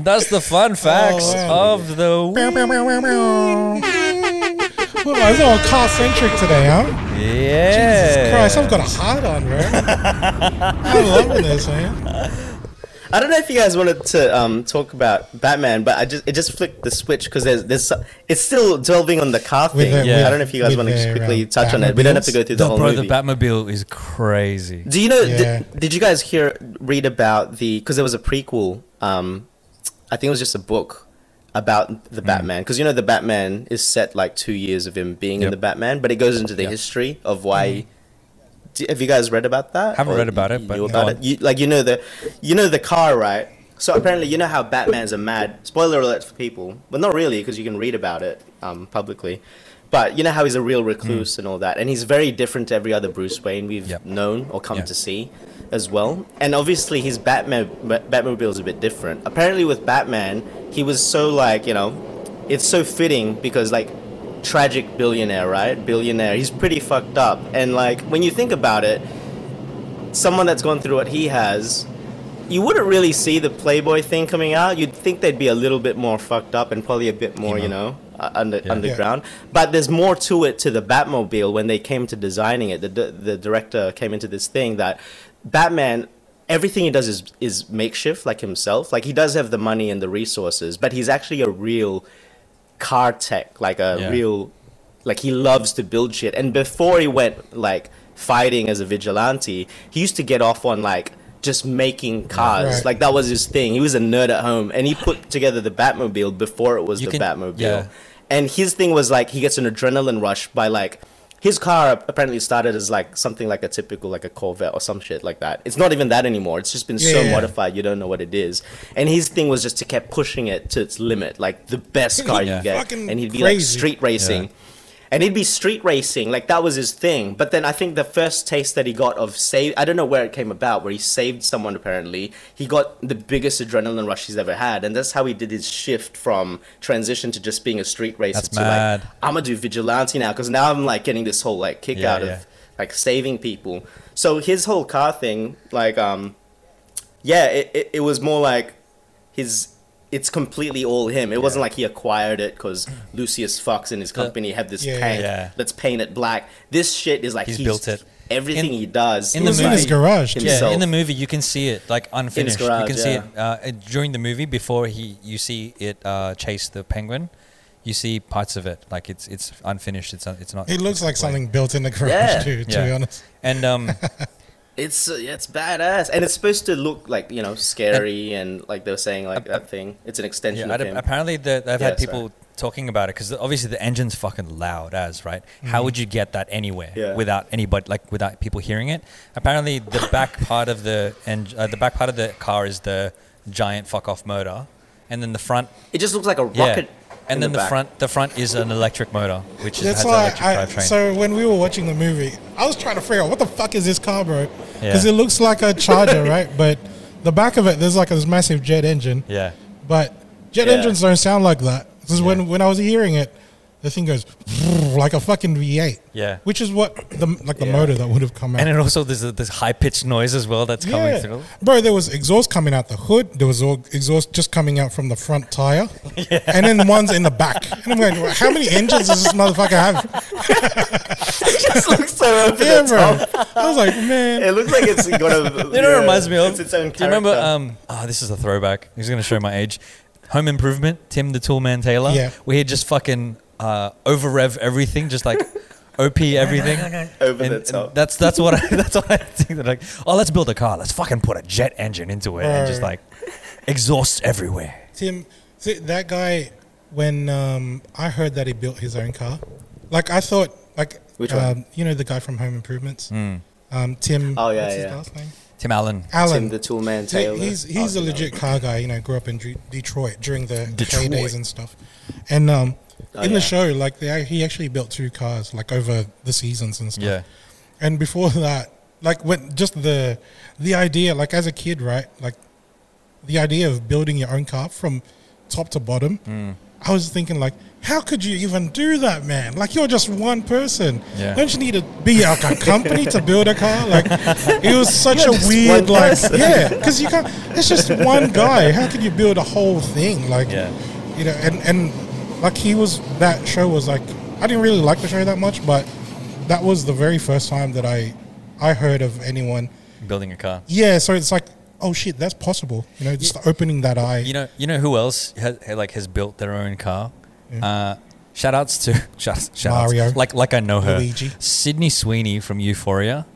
that's the Oh, fun facts wow. of the Meow, week. meow, meow, meow, meow. Well, it's all car centric today, huh? Yeah, Jesus Christ, I've got a heart on, bro. I'm loving this, man. I don't know if you guys wanted to um, talk about Batman, but I just it just flicked the switch because there's there's so- it's still delving on the car With thing. the- Yeah. I don't know if you guys with want to just the, quickly um, touch on it. We don't have to Batmobiles? go through the, the, whole bro, movie. the Batmobile is crazy. Do you know? did- Yeah. Did, you guys hear read about the? Because there was a prequel. Um, I think it was just a book about Hmm. the Batman. Because you know the Batman is set like two years of him being Yep. in the Batman, but it goes into the Yeah. history of Hmm. why. Do- have you guys read about that? Haven't Or read about you- it, you but knew about go it? on. You, like you know the, you know the car, right? So apparently you know how Batman's a mad. Spoiler alert for people, but not really because you can read about it um, publicly. But you know how he's a real recluse and all that, and he's very different to every other Bruce Wayne we've Mm. Yep. known or come Yeah. to see as well. And obviously, his Batman Batmobile is a bit different. Apparently, with Batman, he was so like you know, it's so fitting because like tragic billionaire, right? Billionaire. He's pretty fucked up, and like when you think about it, someone that's gone through what he has. You wouldn't really see the Playboy thing coming out. You'd think they'd be a little bit more fucked up and probably a bit more, you know, uh, under, underground. But there's more to it to the Batmobile when they came to designing it. The, the, the director came into this thing that Batman, everything he does is, is makeshift, like himself. Like he does have the money and the resources, but he's actually a real car tech, like a Yeah. real, like he loves to build shit. And before he went like fighting as a vigilante, he used to get off on like just making cars. Right. Like that was his thing. He was a nerd at home, and he [laughs] put together the Batmobile before it was You the can- Batmobile. yeah. And his thing was like he gets an adrenaline rush by like. His car apparently started as like something like a typical like a Corvette or some shit like that. It's not even that anymore. It's just been Yeah, so yeah, yeah. modified you don't know what it is. And his thing was just to kept pushing it to its limit, like the best car Yeah. you get. Fucking And he'd be like crazy. street racing. And he'd be street racing, like that was his thing. But then I think the first taste that he got of save I don't know where it came about, where he saved someone apparently, he got the biggest adrenaline rush he's ever had. And that's how he did his shift from transition to just being a street racer That's to mad. like I'm gonna do vigilante now because now I'm like getting this whole like kick Yeah, out yeah. of like saving people. So his whole car thing, like um yeah, it, it, it was more like his it's completely all him. It wasn't like he acquired it because Lucius Fox and his company have this Yeah, paint yeah. that's painted black. This shit is like He's built it. Everything In- he does in is the movie- like In his garage, too. Yeah, himself. in the movie you can see it like unfinished. garage, you can yeah. see it uh, it- during the movie before he you see it uh, chase the penguin. You see parts of it like it's it's unfinished. It's not, it's not. It looks it's like not something built in the garage Yeah. too. To Yeah. be honest, And [laughs] um, It's uh, it's badass, and it's supposed to look like you know scary, and like they were saying like that thing. It's an extension yeah, of I'd- him. apparently the, I've Yeah, had people talking about it because obviously the engine's fucking loud as right. Mm-hmm. How would you get that anywhere Yeah. without anybody like without people hearing it? Apparently the [laughs] back part of the and uh, the back part of the car is the giant fuck off motor, and then the front It just looks like a rocket. Yeah. And in then the, back. front, the front is an electric motor, which is, that's has why. electric I, drivetrain. so when we were watching the movie, I was trying to figure out what the fuck is this car, bro? Because Yeah. it looks like a Charger, right? [laughs] But the back of it, there's like this massive jet engine. yeah, But jet Yeah. engines don't sound like that. Because Yeah. when, when I was hearing it, the thing goes [laughs] like a fucking V8. Yeah. Which is what the like the Yeah. motor that would have come out. and it also there's a, this high pitched noise as well that's coming through. Bro, there was exhaust coming out the hood. There was all exhaust just coming out from the front [laughs] tire. And then one's in the back. And I'm going, how many engines does this motherfucker have? [laughs] it just looks so over Yeah, the bro. top. [laughs] I was like, man. It looks like it's got a. [laughs] You know what it [laughs] reminds me of? It's its own Do you remember? character. Um, oh, this is a throwback. He's going to show my age. Home Improvement, Tim the Toolman Taylor. Yeah. where he just fucking uh, over rev everything, just [laughs] like op everything. Over And- the and top. that's that's what [laughs] I, that's what I think. They're like, oh, let's build a car. Let's fucking put a jet engine into it and just Right. like exhaust everywhere. Tim, see, that guy, when um, I heard that he built his own car, like I thought, like, Which one? Hmm. um, you know, the guy from Home Improvements? Um, Tim. Oh, yeah, What's his yeah. last name? Tim Allen. Alan. Tim the Tool Man He- Taylor. He's he's Oh, a no. legit car guy. You know, grew up in Dre- Detroit during the Detroit. heydays and stuff. And um, Oh, in yeah. the show, like they, ac- he actually built two cars like over the seasons and stuff. Yeah. And before that, like when just the the idea, like as a kid, right? Like the idea of building your own car from top to bottom. Hmm. I was thinking like. How could you even do that, man? Like you're just one person. Yeah. Don't you need to be like a company to build a car? Like it [laughs] was such a just weird, one like person. [laughs] yeah, because you can't. It's just one guy. How can you build a whole thing? Like, Yeah. you know, and and like he was that show was like I didn't really like the show that much, but that was the very first time that I I heard of anyone. Building a car. Yeah, so it's like oh shit, that's possible. You know, just opening that eye. You know, you know who else has, like has built their own car? Uh, shout outs to [laughs] shout, shout Mm. Mario. Outs, like like I know her. Luigi. Sydney Sweeney from Euphoria.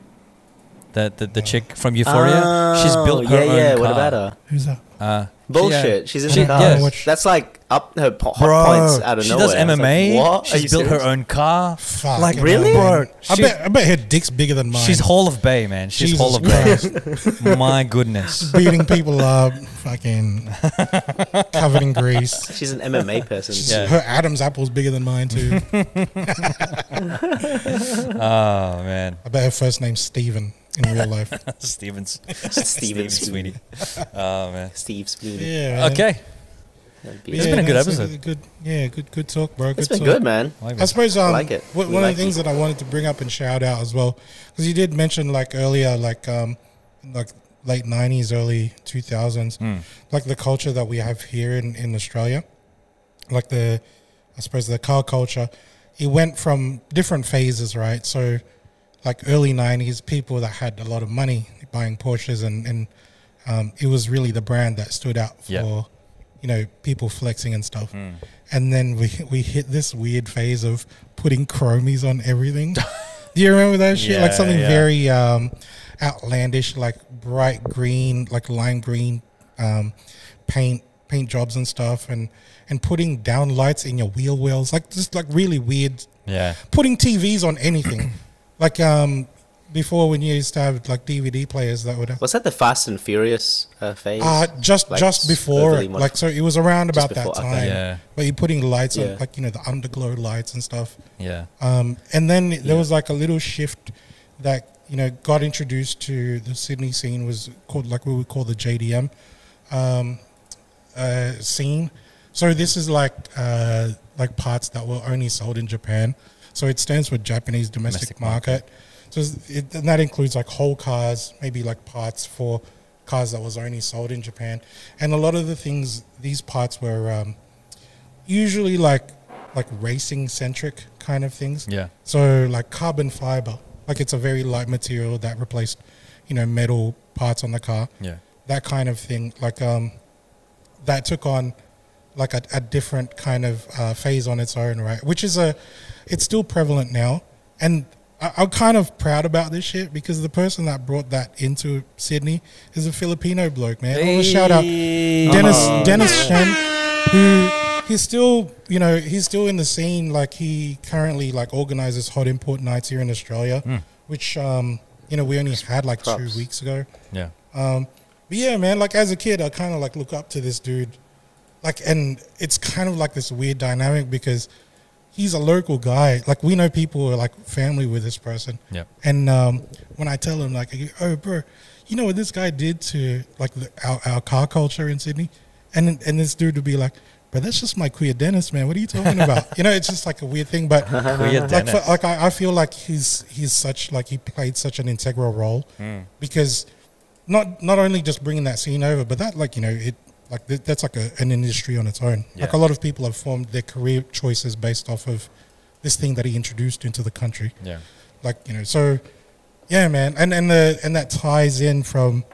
The the, Oh. the chick from Euphoria. She's built her Oh, yeah, own yeah. car. What about her? Who's that? Uh, Bullshit. She's in she- the car. yes. Which- That's like up her po- Bro, hot points out of she nowhere. does I was like, MMA. what? Are you She's built serious? her own car. Fuck, like you know, really? man. bro. I she- bet I bet her dick's bigger than mine. She's Hall of Bay, man. She's Jesus Hall of Christ. Bay. [laughs] My goodness. [laughs] beating people up, [laughs] fucking covered in grease. She's an MMA [laughs] person. Yeah. Her Adam's apple's bigger than mine too. Oh man. [laughs] I bet her first name's Steven in real life. Stevens. Steven Steven Sweeney. Oh man. Steve Spoon. Yeah. man. Okay. That'd be It's it. been a good that's episode. good, yeah, good, good talk, bro. Good It's been talk. good, man. I suppose um, like it. one We one like of the things it. that I wanted to bring up and shout out as well, because you did mention like earlier, like um, like late '90s, early 2000s, Hmm. like the culture that we have here in in Australia, like the, I suppose the car culture, it went from different phases, right? So, like early '90s, people that had a lot of money buying Porsches, and and um, it was really the brand that stood out for Yeah. Hmm. you know, people flexing and stuff. And then we we hit this weird phase of putting chromies on everything. [laughs] Do you remember that shit? like Yeah, something yeah. very um, outlandish, like bright green, like lime green um, paint paint jobs and stuff, and and putting down lights in your wheel wells, like just like really weird Yeah. putting TVs on [clears throat] anything. like um, before when you used to have like DVD players that would have Was that the Fast and Furious uh, phase? uh, just Like, just before, overly it. much- like so, it was around Just about that before, time. okay. Yeah. But you're putting lights Yeah. on, like you know, the underglow lights and stuff. Yeah. Um, and then there was like a little shift that you know got introduced to the Sydney scene was called like what we call the JDM um, uh, scene. So this is like uh, like parts that were only sold in Japan. So it stands for Japanese domestic, Domestic market. So it, and that includes like whole cars, maybe like parts for cars that was only sold in Japan, and a lot of the things these parts were um, usually like like racing centric kind of things. Yeah. So like carbon fiber, like it's a very light material that replaced, you know, metal parts on the car. Yeah. That kind of thing, like um, that took on like a, a different kind of uh, phase on its own, right? Which is a, it's still prevalent now, and I, I'm kind of proud about this shit because the person that brought that into Sydney is a Filipino bloke, man. I want to shout out Uh-huh. Dennis Oh, Dennis yeah. Shen, who he's still you know he's still in the scene. Like he currently like organizes hot import nights here in Australia, which um you know we only had like Hmm. props. two weeks ago. Yeah. Um, but yeah, man, like as a kid, I kind of like look up to this dude. Like, and it's kind of like this weird dynamic because he's a local guy. Like, we know people who are like family with this person. Yeah. And um, when I tell him, like, oh, bro, you know what this guy did to like the, our, our car culture in Sydney? And, and this dude would be like, but that's just my queer dentist, man. What are you talking [laughs] about? you know, it's just like a weird thing. But Queer like, for, Dennis. like I, I feel like he's he's such like he played such an integral role because not not only just bringing that scene over, but that like you know it like th- that's like a, an industry on its own. Yeah. Like a lot of people have formed their career choices based off of this thing that he introduced into the country. Yeah. Like you know, so yeah, man, and and the and that ties in from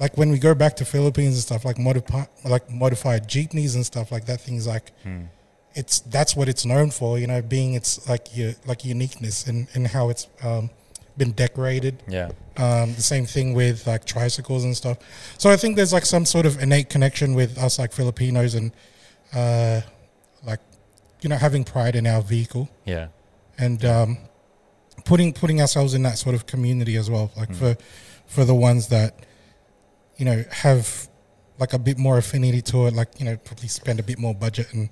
like when we go back to Philippines and stuff, like modify like modified jeepneys and stuff like that. Things like it's that's what it's known for, you know, being its like your like uniqueness and and how it's um, been decorated. Yeah. Um, the same thing with like tricycles and stuff. So I think there's like some sort of innate connection with us like Filipinos and uh, like you know having pride in our vehicle Yeah. and um, putting putting ourselves in that sort of community as well. Like for for the ones that you know have like a bit more affinity to it, like you know probably spend a bit more budget, and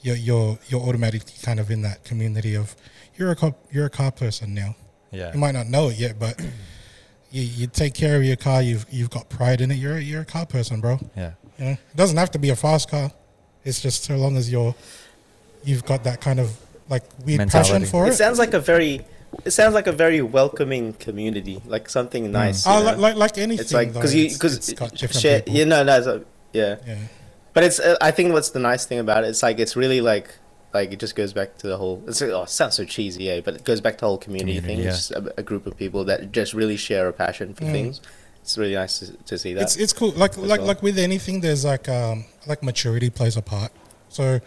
you're you're you're automatically kind of in that community of you're a car, you're a car person now. Yeah. You might not know it yet, but you, you take care of your car. You've you've got pride in it. You're a- you're a car person, bro. Yeah. You know, it doesn't have to be a fast car. It's just so long as you're you've got that kind of like weird Mentality. passion for It it. sounds like a very, it sounds like a very welcoming community, like Hmm. something nice. Oh, you like, know? like like anything. it's like though, because you it's- it's got because different share people. you know that's a, yeah. Yeah. But it's uh, I think what's the nice thing about it, it's like it's really like like it just goes back to the whole. It's like, oh, it sounds so cheesy, yeah, but it goes back to the whole community, Community, thing. yeah. It's just a, a group of people that just really share a passion for things. It's really nice to, to see that. Mm. It's it's cool. Like like well. like with anything, there's like um like maturity plays a part. So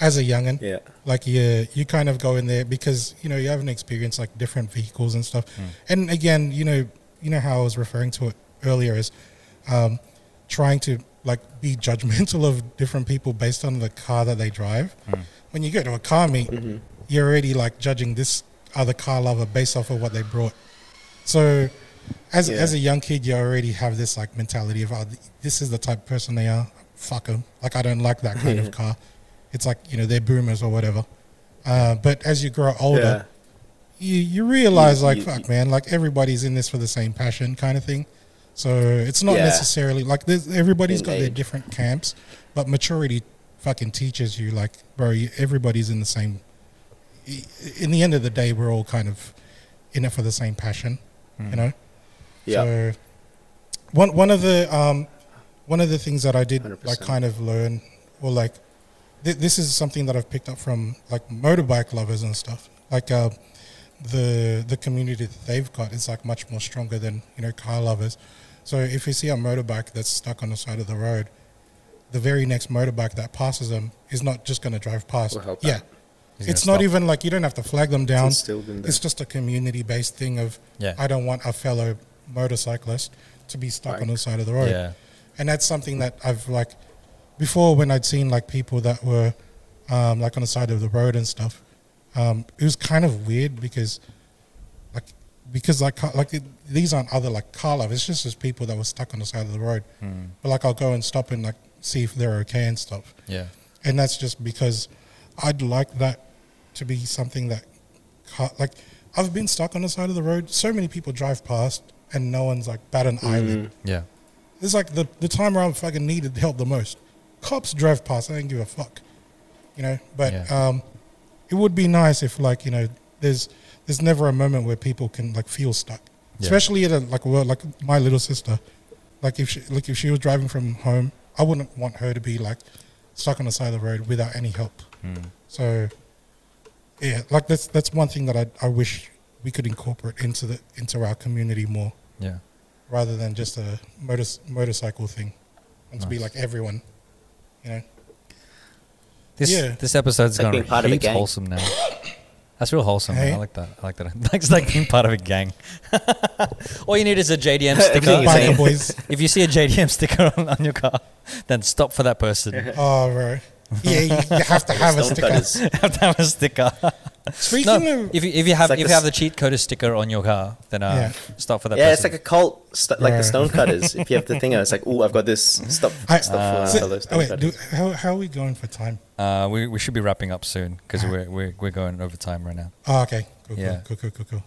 as a youngin, Yeah. like you you kind of go in there because you know you haven't experienced like different vehicles and stuff. And again, you know you know how I was referring to it earlier is um, trying to like be judgmental [laughs] of different people based on the car that they drive. When you go to a car meet, you're already like judging this other car lover based off of what they brought. So, as Yeah. as a young kid, you already have this like mentality of oh, th- this is the type of person they are. Fuck them. Like I don't like that kind of car. It's like you know they're boomers or whatever. Uh, but as you grow older, you you realize You- like you- fuck man, like everybody's in this for the same passion kind of thing. So it's not Yeah. necessarily like there's, everybody's In got their age. different camps, but maturity fucking teaches you like bro, you, everybody's in the same. i- In the end of the day, we're all kind of in it for the same passion, Hmm. you know. yeah. So one one of the um, one of the things that I did like 100%. kind of learn or like th- this is something that I've picked up from like motorbike lovers and stuff. Like uh, the the community that they've got is like much more stronger than you know car lovers. So if you see a motorbike that's stuck on the side of the road, the very next motorbike that passes them is not just going to drive past. Will help yeah. out. He's It's gonna not stop. even like you don't have to flag them down. instilled in them. It's just a community based thing of Yeah. I don't want a fellow motorcyclist to be stuck on the side of the road. Yeah. And that's something that I've like before when I'd seen like people that were um, like on the side of the road and stuff. Um, it was kind of weird because like because like car- like it, these aren't other like car lovers. It's just just people that were stuck on the side of the road. Hmm. But like I'll go and stop and like see if they're okay and stuff Yeah. and that's just because I'd like that to be something that, ca- like, I've been stuck on the side of the road. So many people drive past, and no one's like bat an eyelid. Yeah. It's like the the time where I'm fucking needed help the most. Cops drive past. I don't give a fuck, you know. But Yeah. um, it would be nice if, like, you know, there's there's never a moment where people can like feel stuck, Yeah. especially at a, like well, like my little sister. Like if she, like if she was driving from home, I wouldn't want her to be like stuck on the side of the road without any help. Mm. So yeah, like that's that's one thing that I I wish we could incorporate into the into our community more Yeah. rather than just a motor, motorcycle thing. And to be Nice. like everyone, you know. This Yeah. this episode's It's like gone being part of a heaps gang. wholesome now. That's real wholesome. man. Hey? I like that. I like that. [laughs] It's like being part of a gang. [laughs] All you need is a [laughs] JDM Everything sticker. is- saying? Biker boys. if you see a JDM sticker on, on your car, then stop for that [laughs] person. [laughs] Oh, right. Yeah, you, you have to have a sticker. [laughs] Stonecutters. have to have a sticker. Speaking No, of, if you, if you have like if you this- have the cheat code sticker on your car, then uh, stop for that. Yeah, it's person. like a cult, st- like Right. the stonecutters. if you have the thing, it's like, oh, I've [laughs] got this. Stop, I- stop Ah. for so- fellow oh wait, do, stonecutters. how, how are we going for time? Uh, we, we should be wrapping up soon because we're, we're, we're going over time right now. Oh, okay. Cool, cool, Yeah. cool, cool, cool, cool.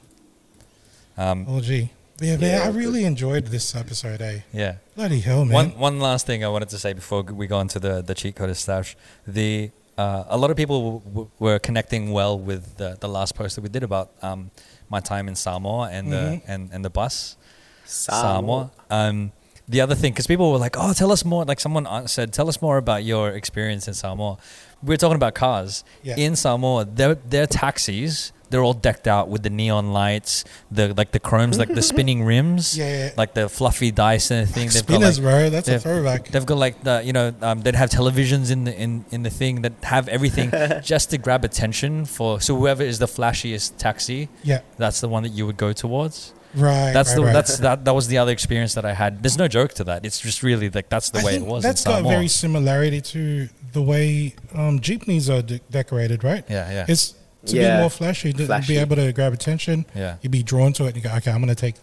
Um, Oh, gee. Yeah, man, Yeah, I good. really enjoyed this episode, eh? yeah. Bloody hell, man. One, one last thing I wanted to say before we go on to the, the cheat code stash. The, uh, a lot of people w- w- were connecting well with the, the last post that we did about um, my time in Samoa and, Mhm. the, and, and the bus. Samoa. Samoa. Um, the other thing, because people were like, "Oh, tell us more." Like someone uh, said, "Tell us more about your experience in Samoa." We're talking about cars Yeah. in Samoa. Their their taxis, they're all decked out with the neon lights, the like the chromes, like the spinning rims, [laughs] Yeah, yeah, yeah. like the fluffy Dyson thing. They've got, Spinners, like- bro. That's a they've- throwback. They've got like the you know um, they'd have televisions in the in, in the thing that have everything [laughs] just to grab attention for so whoever is the flashiest taxi, Yeah, that's the one that you would go towards. right. That's right, the right. that's that that was the other experience that I had. There's no joke to that. It's just really like that's the I way it think was. That's in got a Samoa. very similarity to the way um, jeepneys are de- decorated, right? yeah, yeah, It's to Yeah. be more flashy, to Flashy. be able to grab attention. yeah. You'd be drawn to it. And you go, okay, I'm gonna take,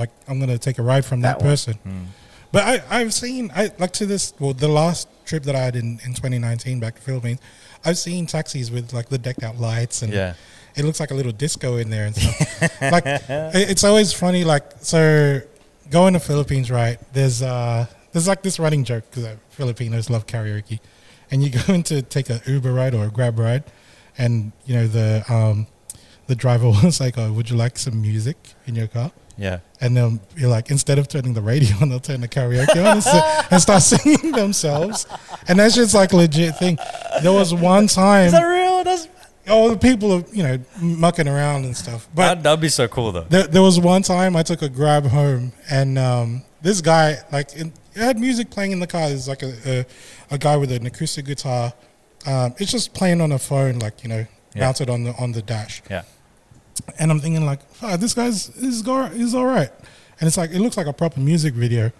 like, I'm gonna take a ride from that, That one. person. Mm. But I, I've seen, I like to this. Well, the last trip that I had in, in 2019 back to Philippines, I've seen taxis with like the decked out lights and yeah, it looks like a little disco in there and stuff. like it- it's always funny. Like so, going to Philippines, right? There's uh, there's like this running joke because Filipinos love karaoke, and you [laughs] go in to take a Uber ride or a Grab ride, and you know the um, the driver [laughs] was like, "Oh, would you like some music in your car?" yeah. And then you're like, instead of turning the radio on, they'll turn the karaoke on and, s- and start [laughs] singing themselves. And that's just like a legit thing. There was one time real? That's all the people are you know mucking around and stuff. But that, that'd be so cool though. there, there was one time I took a grab home, and um, this guy like in, it had music playing in the car. There's like a, a a guy with an acoustic guitar. Um, it's just playing on a phone, like you know, Yeah. mounted on the on the dash. Yeah, And I'm thinking like, "Fuck, this guy's is is all right. And it's like it looks like a proper music video.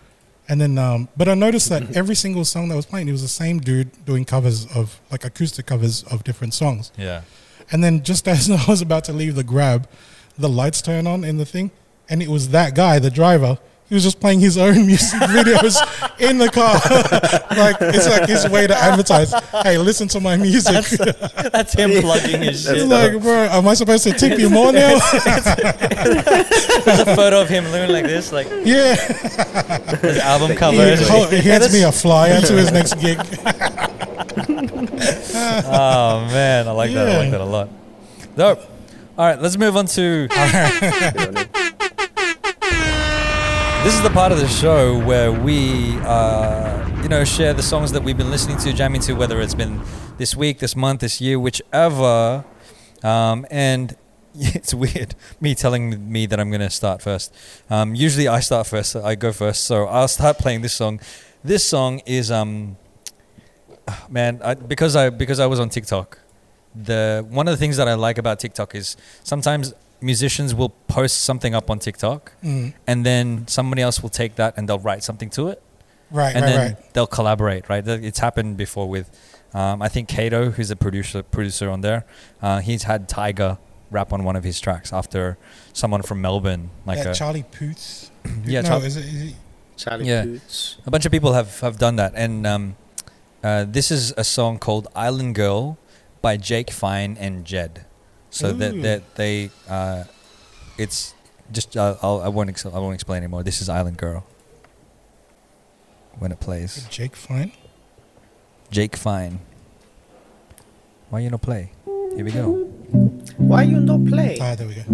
And then, um, but I noticed [laughs] that every single song that was playing, it was the same dude doing covers of like acoustic covers of different songs. yeah. And then just [laughs] as I was about to leave the grab, the lights turn on in the thing, and it was that guy, the driver. He was just playing his own [laughs] music videos in the car. [laughs] like it's like his way to advertise. Hey, listen to my music. [laughs] [laughs] That's him plugging his That's shit. It's like, bro, am I supposed to tip you [laughs] more now? [laughs] There's a photo of him doing like this, like yeah. his album He, cover. It's oh, like- he Yeah, hands me a that's- flyer to his next gig. Oh man, I like that. I like Yeah. that a lot. Dope. All right, let's move on to. [laughs] This is the part of the show where we, uh, you know, share the songs that we've been listening to, jamming to, whether it's been this week, this month, this year, whichever. Um, and [laughs] it's weird, me telling me that I'm going to start first. Um, usually I start first, so I go first. So I'll start playing this song. This song is, um, man, I, because I because I was on TikTok. The one of the things that I like about TikTok is sometimes musicians will post something up on TikTok Mm, and then somebody else will take that and they'll write something to it, right, and right, then right. they'll collaborate. Right, That- it's happened before with, um, I think Kato, who's a producer producer on there, uh, he's had Tiger rap on one of his tracks after someone from Melbourne, like that a, Charlie Puth. yeah, no, Char- is it, is it Charlie Yeah. Poots. a bunch of people have have done that, and um, uh, this is a song called Island Girl by Jake Fine and Jed. So that Ooh. that they, uh, it's just uh, I'll, I won't ex- I won't explain anymore. This is Island Girl. When it plays. Jake Fine? Jake Fine. Why you no play? Here we go. Uh, Why you not play? Ah, there we go.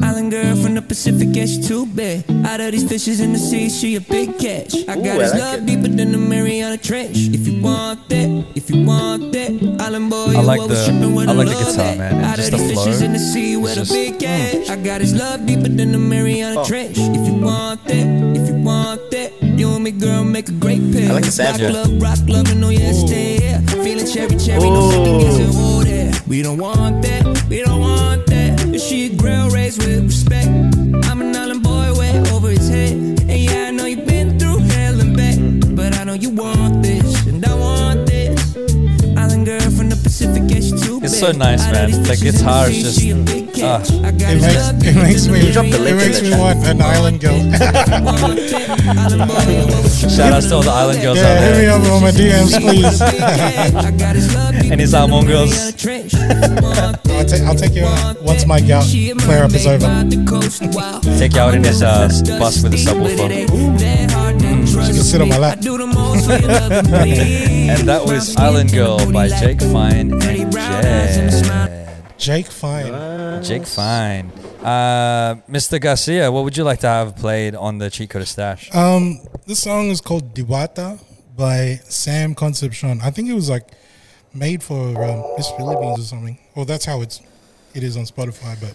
Island island girl from the Pacific, yeah, she too big. Out of these fishes in the sea, she a big catch. I Ooh, got I this like love it. deeper than the Mariana Trench. If you want that, if you want that, island boy, I you like always the- tripping when I like the love guitar, that. man, and Out just of the these fishes flow. in the sea, It's with just- a big catch. mm. I got this love deeper than the Mariana Oh. Trench. If you want that, if you want that, you and me, girl, make a great pair. I like the sound. Rock love, rock love, and no, yeah, stay here. Feeling cherry, cherry, no Ooh. second guessing. Hold it. We don't want that, we don't want that. And She a grill raised with respect. I'm an island boy way over his head. And yeah, I know you've been through hell and back. But I know you want this, and I want this. Island girl from the Pacific, yeah, she too It's big. so nice, I know man. these The bitches in guitar is sea, just- she a big catch. ah. I got It this makes, [laughs] love it deeper makes than me, the dropped the it lick in makes the me chat. want an island girl. Shout out to all the island girls Yeah, out hit me there. up on my DMs, please. and his Almongers. I'll, ta- I'll take you out once my gout flare up is over. Take you out in his, uh, bus with a subwoofer. She can sit on my lap. [laughs] And and that was Island Girl by Jake Fine and Jed. Jake Fine. Jake Fine. Uh, Mr. Garcia, what would you like to have played on the Cheat Coder Stash? Um, this song is called Diwata by Sam Concepcion. I think it was like made for um, Miss Philippines or something. Well, that's how it's it is on Spotify, but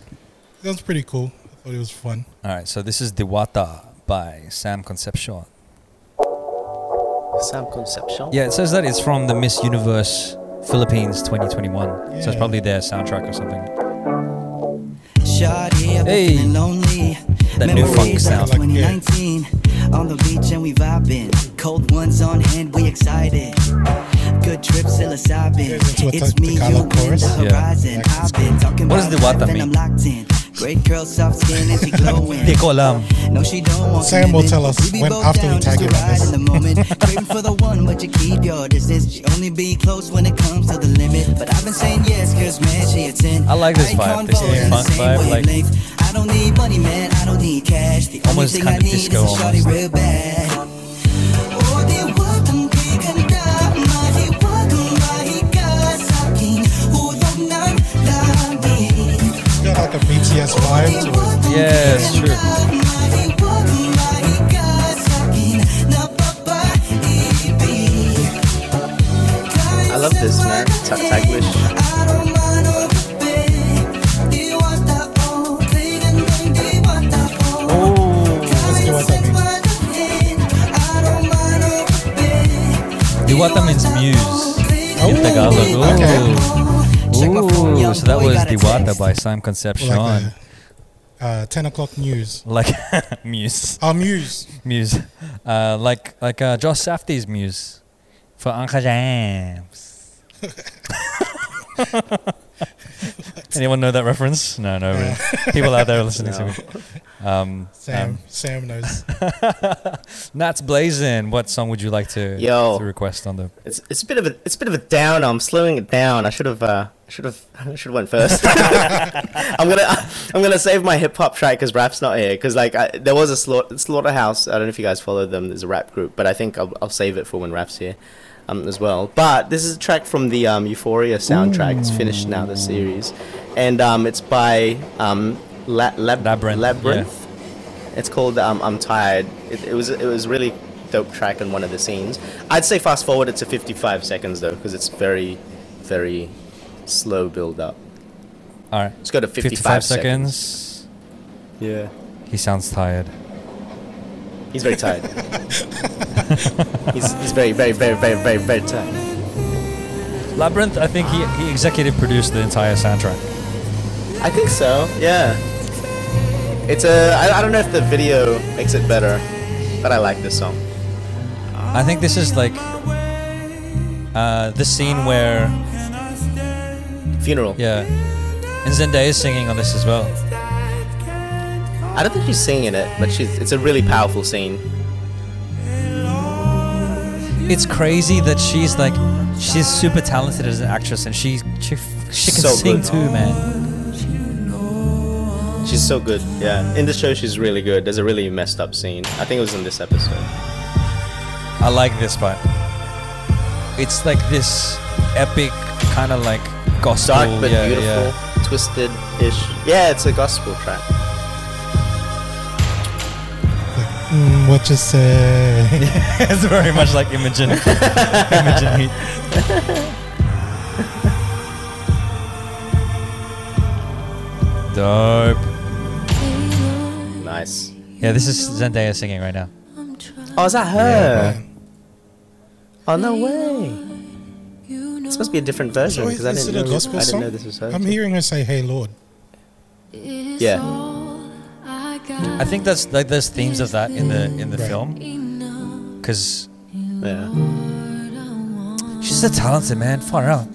that's pretty cool. I thought it was fun. All right, so this is Diwata by Sam Concepcion. Sam Concepcion. Yeah, it says that it's from the Miss Universe Philippines 2021. So it's Yeah. probably their soundtrack or something. Shawty, I've been Hey. feeling lonely. That new Memories funk of sound. 2019 on the beach and we vibing. Cold ones on hand, we excited. Good trip psilocybin. Guys, into a It's Tic- me, you, Ticala and chorus? the Yeah. horizon. I've been talking What about does the wata life and mean? I'm locked in. Great girl, soft skin, [laughs] and she glowing. They call um, No, she don't want Sam will commitment. tell us be when- both after we down just tag to him on ride this. in the moment. Craving for the one, but you keep your distance. She only be close when it comes to the limit. But I've been saying yes, cause man, she a 10. I like this vibe, this funk Icon voting, vibe, same like- wavelength. I don't need money, man. I don't need cash. The only Almost thing kinda I need disco is a shawty almost. real bad. Oh, di watang di ganda, mahi watang mahi ka sa akin. Hulog ng langit. It's got like a BTS Oh, di vibe to it. watang Yeah, it's di true. ganda, mahi watang mahi ka sa akin. Napapaibig. I love this, man. Ta- Taglish. Diwata means muse in Tagalog. Ooh. okay. Ooh, so that was Diwata by Sam Concepcion. Like the, uh, ten o'clock news. Oh, Like, [laughs] muse, Our muse. muse, uh, like like uh, Josh Safdie's muse for Anka James. [laughs] Anyone know that reference? No, no. Yeah. really. [laughs] People out there listening No. to me. Um, Sam. um, Sam knows. Nats Blazin, what song would you like to, Yo. to request on the? It's it's a bit of a it's a bit of a down. I'm slowing it down. I should have uh should have [laughs] should have went first. [laughs] I'm gonna I'm gonna save my hip hop track because rap's not here. Because like I, there was a slaughter, slaughterhouse. I don't know if you guys follow them. There's a rap group, but I think I'll, I'll save it for when rap's here, um as well. But this is a track from the um, Euphoria soundtrack. It's finished now the series, and um it's by um La- Lab- Labyrinth, Labyrinth. It's called um, "I'm Tired." It, it was it was really dope track in one of the scenes. I'd say fast forward it to 55 seconds though, because it's very, very slow build up. All right, Let's go to 55, seconds. seconds. Yeah, He sounds tired. he's very tired. he's, he's very very very very very very tired. Labyrinth, I think he, he executive produced the entire soundtrack. I think so. Yeah. It's a I, I don't know if the video makes it better, but I like this song. I think this is like uh, the scene where Funeral. yeah, and Zendaya is singing on this as well. I don't think she's singing it, but she's it's a really powerful scene. It's crazy that she's like she's super talented as an actress and she she, she can So sing good. too, man. She's so good. Yeah. In the show, she's really good. There's a really messed up scene. I think it was in this episode. I like this part. It's like this epic kind of like gospel, Dark but yeah, beautiful, yeah. twisted ish. Yeah, it's a gospel track. Mm, what you say? [laughs] it's very much like [laughs] Imogen. Imogen Heap. Dope. Nice. Yeah, this is Zendaya singing right now. Oh, is that her? oh no way! This must be a different version So Oh, is, because I is didn't it a know. gospel I didn't song? know this was her. I'm hearing her say, "Hey Lord." Yeah. I think that's like there's themes of that in the in the Right. film because Yeah. she's a talented man. Far out.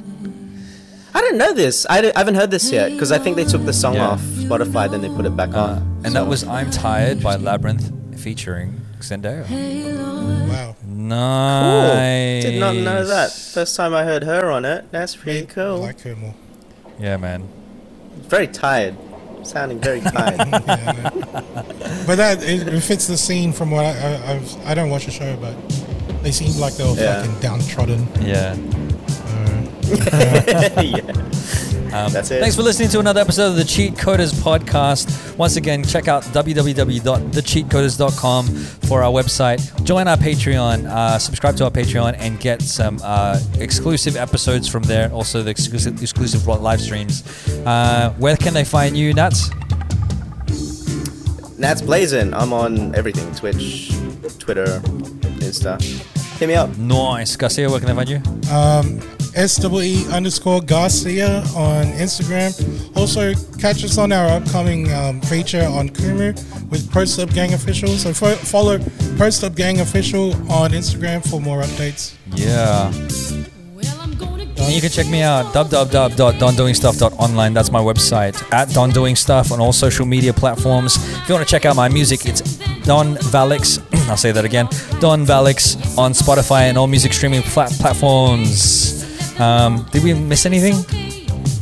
I didn't know this. I, di- I haven't heard this yet because I think they took the song Yeah. off Spotify, then they put it back Uh, on. and that was "I'm Tired" by Labyrinth featuring Zendaya. Wow. Cool. Nice. Did not know that. First time I heard her on it. That's pretty I cool. like her more. Yeah, man. Very tired. Sounding very tired. [laughs] Yeah, I know. [laughs] but that it, it fits the scene from what I, I I've, I don't watch the show, but they seem like they were Yeah. fucking downtrodden. Yeah. yeah. That's it. Thanks for listening to another episode of the Cheat Coders podcast. Once again, check out www.thecheatcoders.com for our website. Join our Patreon, uh, subscribe to our Patreon, and get some uh, exclusive episodes from there. Also, the exclusive exclusive live streams. Uh, where can they find you, Nats? Nats Blazin. I'm on everything Twitch, Twitter, Insta. Hit me up. Nice, Garcia. Where can they find you? Um, SWE underscore Garcia on Instagram. Also, catch us on our upcoming um, feature on Kumu with Pro Slip Gang Official. So fo- follow Pro Slip Gang Official on Instagram for more updates. Yeah. And you You can check me out www.dondoingstuff.online. That's my website at Don Doing Stuff on all social media platforms. If you want to check out my music, it's Don Valix. [clears throat] I'll say that again Don Valix on Spotify and all music streaming plat- platforms. Um, did we miss anything?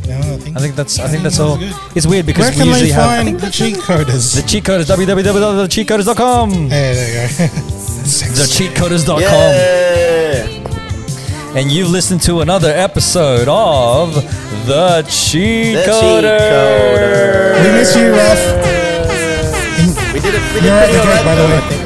No, I think, I think that's I think that's that was all. good. It's weird because Where we can usually they have find the cheat the coders? cheat code is www.thecheatcoders.com. Hey, there you go. [laughs] Thecheatcoders.com. Yeah. And you've listened to another episode of The Cheat The Cheat Coder. Coder. we miss you, Ralph. We did it. We did pretty You're off the alright cake, by the though, way. I think.